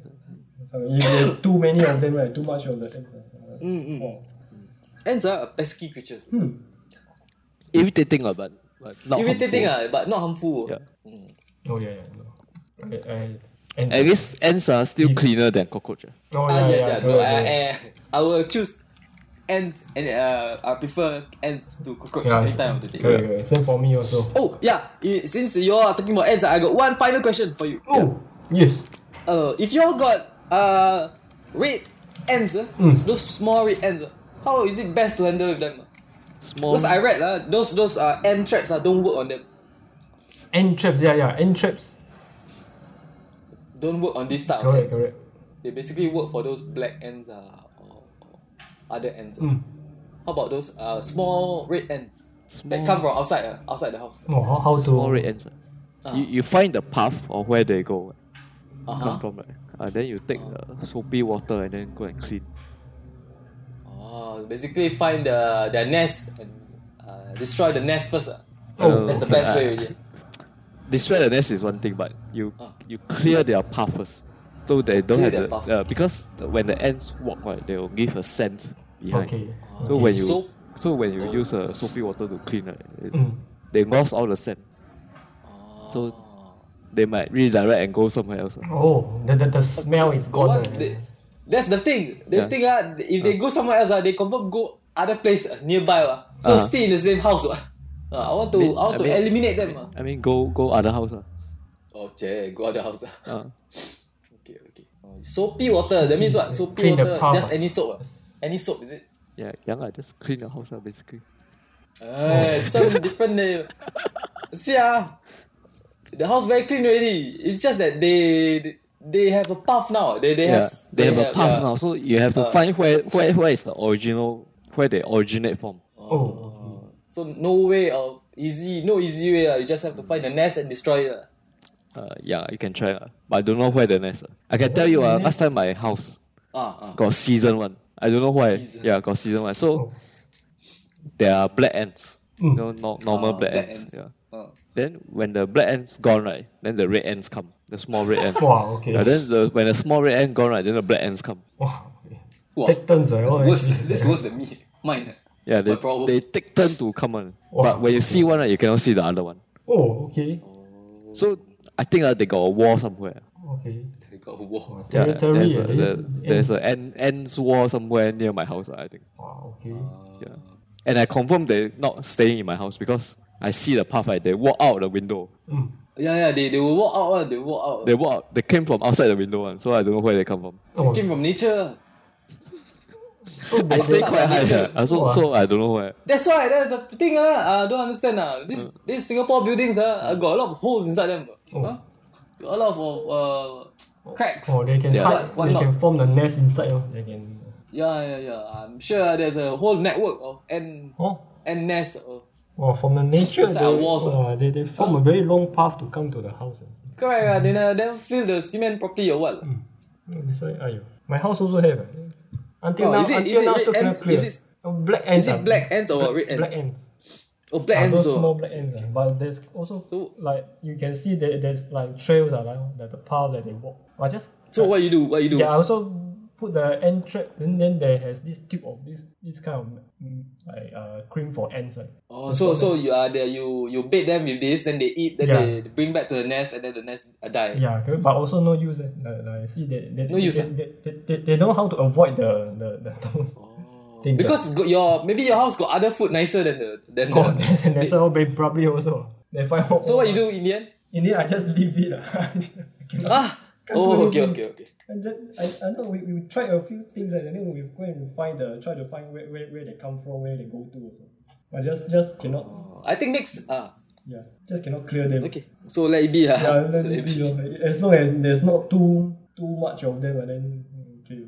B: So if there's too many of them, right? Too much of the ants. ah.
C: Mm, mm.
B: Wow.
C: Ants are pesky creatures.
B: Hmm.
A: irritating, uh, but, but not
C: Irritating
A: harmful.
C: ah, but not harmful.
A: Yeah.
B: Oh yeah, yeah. No. I, I, and
A: At least ants are still cleaner than cockroach. uh.
B: oh, yeah,
C: Ah, yes,
B: yeah,
C: yeah. No,
B: correct,
C: I,
B: correct.
C: I, I will choose ants and uh, I prefer ants to cockroach
B: Yeah,
C: any time of the day.
B: correct, correct. Same for me also.
C: Oh yeah, i- since you all are talking about ants, I got one final question for you.
B: Oh, yes.
C: Uh, if you all got uh red ants, uh,
B: Mm.
C: those small red ants, uh, how is it best to handle with
B: Um,
C: them?
A: Small.
C: Because I read uh, those those uh, ant traps uh, don't work on them.
B: End traps, yeah, yeah. End traps.
C: Don't work on this type of
B: Correct,
C: Ah, ants.
B: correct.
C: They basically work for those black ants uh, or, or other ants. uh.
B: Mm.
C: How about those uh, small red ants that
A: Small-
C: come from outside uh, outside the house?
B: Oh, how, how to?
A: Small red ants. uh.
C: Ah.
A: You, you find the path or where they go,
C: Uh-huh.
A: come from, right? Uh, then you take the soapy water and then go and clean.
C: Oh, basically find the their nest and uh, destroy the nest first. Uh.
B: Oh,
C: That's the
A: Okay,
C: best
A: I-
C: way already.
A: destroy the nest is one thing, but you
C: Ah.
A: you clear their path first, so they don't
C: Clear
A: have
C: their
A: the,
C: path.
A: uh, because the, when the ants walk, right, they will give a scent behind.
B: okay.
A: So when you
C: Soap?
A: so when you
C: Oh.
A: use a uh, soapy water to clean, right, it,
B: Mm.
A: they lost all the scent. So-
C: Oh.
A: They might redirect and go somewhere else. uh.
B: Oh, the, the, the smell is
C: But
B: gone.
C: what
B: eh.
C: they- that's the thing. The
A: Yeah. Uh.
C: thing ah, if they go somewhere else, ah, they confirm go other place ah, nearby ah. So
A: Uh-huh.
C: stay in the same house ah. Ah, I want to, I want to
A: mean-
C: eliminate
A: I
C: them
A: mean,
C: ah.
A: I mean, go go other house. Uh.
C: Okay, go other house ah.
A: Uh,
C: Okay, okay. Oh, Soapy water. That means what? Soapy
B: Clean the
C: water.
B: palm,
C: Just
B: ah.
C: any soap. ah. Any soap is it?
A: yeah, yeah, lah, just clean the house uh, basically.
C: Eh, so different name. See ah, the house very clean already. It's just that they they have a path now. They they
A: yeah,
C: have
A: they, have, a path
C: yeah.
A: now, so you have to
C: Uh.
A: find where where where is the original where they originate from.
B: Oh,
C: So no way of easy, no easy way. ah. You just have to find the nest and destroy it. ah.
A: Uh, yeah, you can try lah. But I don't know where the nest. ah. I can tell you uh, last time my house
C: Ah, ah.
A: got season one. I don't know why.
C: Season.
A: Yeah, got season one. So
B: Oh.
A: there are black ants. You know, no, normal
C: Ah,
A: black
C: black
A: ants.
C: ants.
A: Yeah.
C: Oh.
A: Then when the black ants gone right, then the red ants come. The small red ant.
B: Wow, okay.
A: Yeah, then the, when the small red ant gone right, then the black ants come.
B: Wow. okay.
C: Wow.
B: Take turns, eh? all
C: Worse.
B: actually.
C: This is worse than me. Mine. eh.
A: Yeah, they,
C: My problem.
A: they take turn to come on.
B: Wow.
A: But when you see one right, you cannot see the other one.
B: Oh, okay.
A: So I think uh, they got a wall somewhere.
B: Okay.
C: I got a war.
A: Yeah,
B: Territory.
A: there's a,
B: eh,
A: the,
B: ants.
A: there's a an, ants wall somewhere near my house. I think.
B: Wow, okay. Mm.
A: Yeah. And I confirm they're not staying in my house because I see the path. Right, they walk out the window.
B: Mm.
C: Yeah, yeah, they, they will walk out, ah, they walk out.
A: They walk. Out, they came from outside the window one. So I don't know where they come from.
B: Oh,
C: came from nature.
B: so
A: I
B: they-
A: stay
B: they-
A: quite high. Yeah. Uh, So
B: Wow.
A: so I don't know where.
C: That's why, that's the thing, ah. I don't understand, ah. This, this Singapore buildings, ah, got a lot of holes inside them. ah.
B: Oh.
C: Huh? Got a lot of, uh, cracks.
B: Oh, they can
A: Yeah.
B: hide.
C: Why- why
B: they
C: not?
B: can form the nest inside. Oh, they can.
C: Yeah, yeah, yeah. I'm sure ah, there's a whole network of ant,
B: Oh,
C: ant nests. Oh.
B: well, from the nature,
C: Inside
B: they,
C: our walls, ah.
B: oh, they, they form a very long path to come to the house. eh.
C: Correct, ah. They never, never fill the cement properly or what.
B: Mm, That's why, ayo. My house also have. eh. Until
C: Oh,
B: now,
C: is it-
B: until
C: is it
B: now,
C: red
B: still cannot
C: ants?
B: clear.
C: Is it-
B: Oh, black ants?
C: it
B: ah.
C: black ants or
B: Black-
C: red ants?
B: Black ants.
C: Oh, black
B: Ah,
C: ants.
B: those
C: oh.
B: small black ants. ah. But there's also
C: So-
B: like you can see that there's like trails are like the, the path that they walk. I just
C: So what you do? What you do?
B: yeah, I also put the ant trap. Then then there has this tube of this this kind of mm, like uh cream for ants right.
C: Oh, so so you are there. You you bait them with this, then they eat, then
B: Yeah.
C: they bring back to the nest, and then the nest uh, die.
B: Yeah, correct, but also no use. Eh. Like, like, see they, they,
C: No use,
B: They,
C: ah.
B: they, they, they, they know how to avoid the the, the those
C: Oh.
B: things. ah.
C: Because got your maybe your house got other food nicer than the than
B: Oh,
C: the.
B: that's, that's how they probably also. They find out-
C: So what you do in the end?
B: In the end, I just leave it. ah. I just- I cannot-
C: Ah.
B: Can't
C: Oh,
B: do
C: okay,
B: anything.
C: okay, okay.
B: And then I, I know we, we tried a few things and then we go and find the try to find where, where, where they come from, where they go to also. But just just cannot
C: Oh, I think next. Ah,
B: yeah, just cannot clear them.
C: okay. So let it be. ah.
B: Yeah, let it be lor. as long as there's not too too much of them and then mm, okay.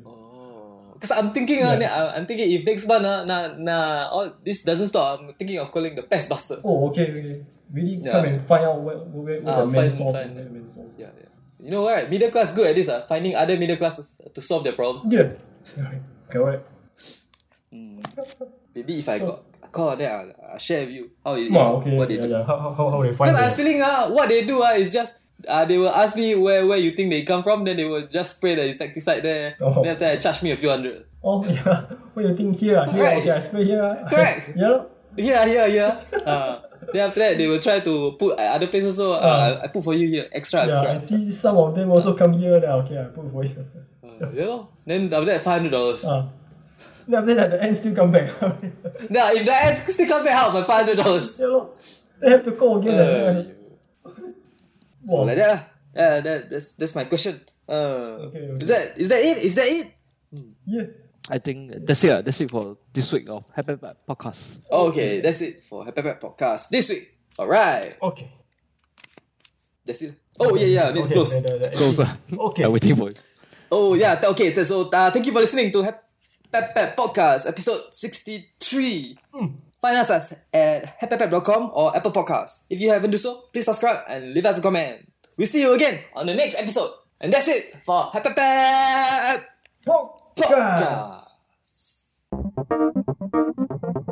C: Because I'm thinking, ah,
B: Yeah.
C: uh, I'm thinking if next month, uh, nah, nah, all this doesn't stop. I'm thinking of calling the pest buster.
B: Oh okay, okay. Really
C: Yeah.
B: come and find out where where, where
C: Ah,
B: the main
C: find-
B: source
C: find-
B: where the main source.
C: Yeah, yeah. You know what? Middle class good at this. Uh, finding other middle classes to solve their problem. Hmm.
B: Yeah. Correct. Correct.
C: Maybe if I got a call there, I'll, I'll share with you how it is,
B: Wow, okay.
C: what they
B: yeah,
C: do.
B: yeah. How, how, how- how they find
C: Because I'm
B: it.
C: feeling uh, what they do uh, is just uh, they will ask me where, where you think they come from, then they will just spray the insecticide there.
B: Oh.
C: Then after that, charge me a few hundred.
B: Oh yeah. What you think here? ah? Here
C: Right.
B: okay, I spray here. ah.
C: Correct.
B: yeah. lor.
C: Yeah, yeah, yeah. Uh, then after that, they will try to put at other places also. Uh,
B: Ah.
C: I, I put for you here, extra,
B: Yeah,
C: extra. Ah,
B: I see some of them also come here. Then okay, I put for you.
C: Uh, yeah, lor. Then after that, five hundred dollars.
B: Ah, then after that, the ants still come back. yeah,
C: Now, if the ants still come back out, my five hundred dollars.
B: lor. They have to call again.
C: Uh,
B: and-
C: so
B: wow.
C: like that. lah. Uh, that that's that's my question. Uh,
B: Okay, okay.
C: is that is that it? Is that it?
B: Yeah.
A: I think that's it. ah. That's it for this week of Happy Bad Podcast.
C: Okay, that's it for Happy Pet Podcast this week. All right,
B: Okay.
C: that's it. Oh yeah, yeah, need to
B: Okay,
C: close.
B: the- the- the-
A: Close. ah.
B: Okay.
A: I'm waiting for you.
C: Oh yeah, th- okay. th- So uh, thank you for listening to Happy Pet Podcast episode sixty three.
B: hmm.
C: Find us as- at happypep.com or Apple Podcasts. If you haven't do so, please subscribe and leave us a comment. We'll see you again on the next episode. And that's it for Happy Pep
B: Podcast.
C: Podcast.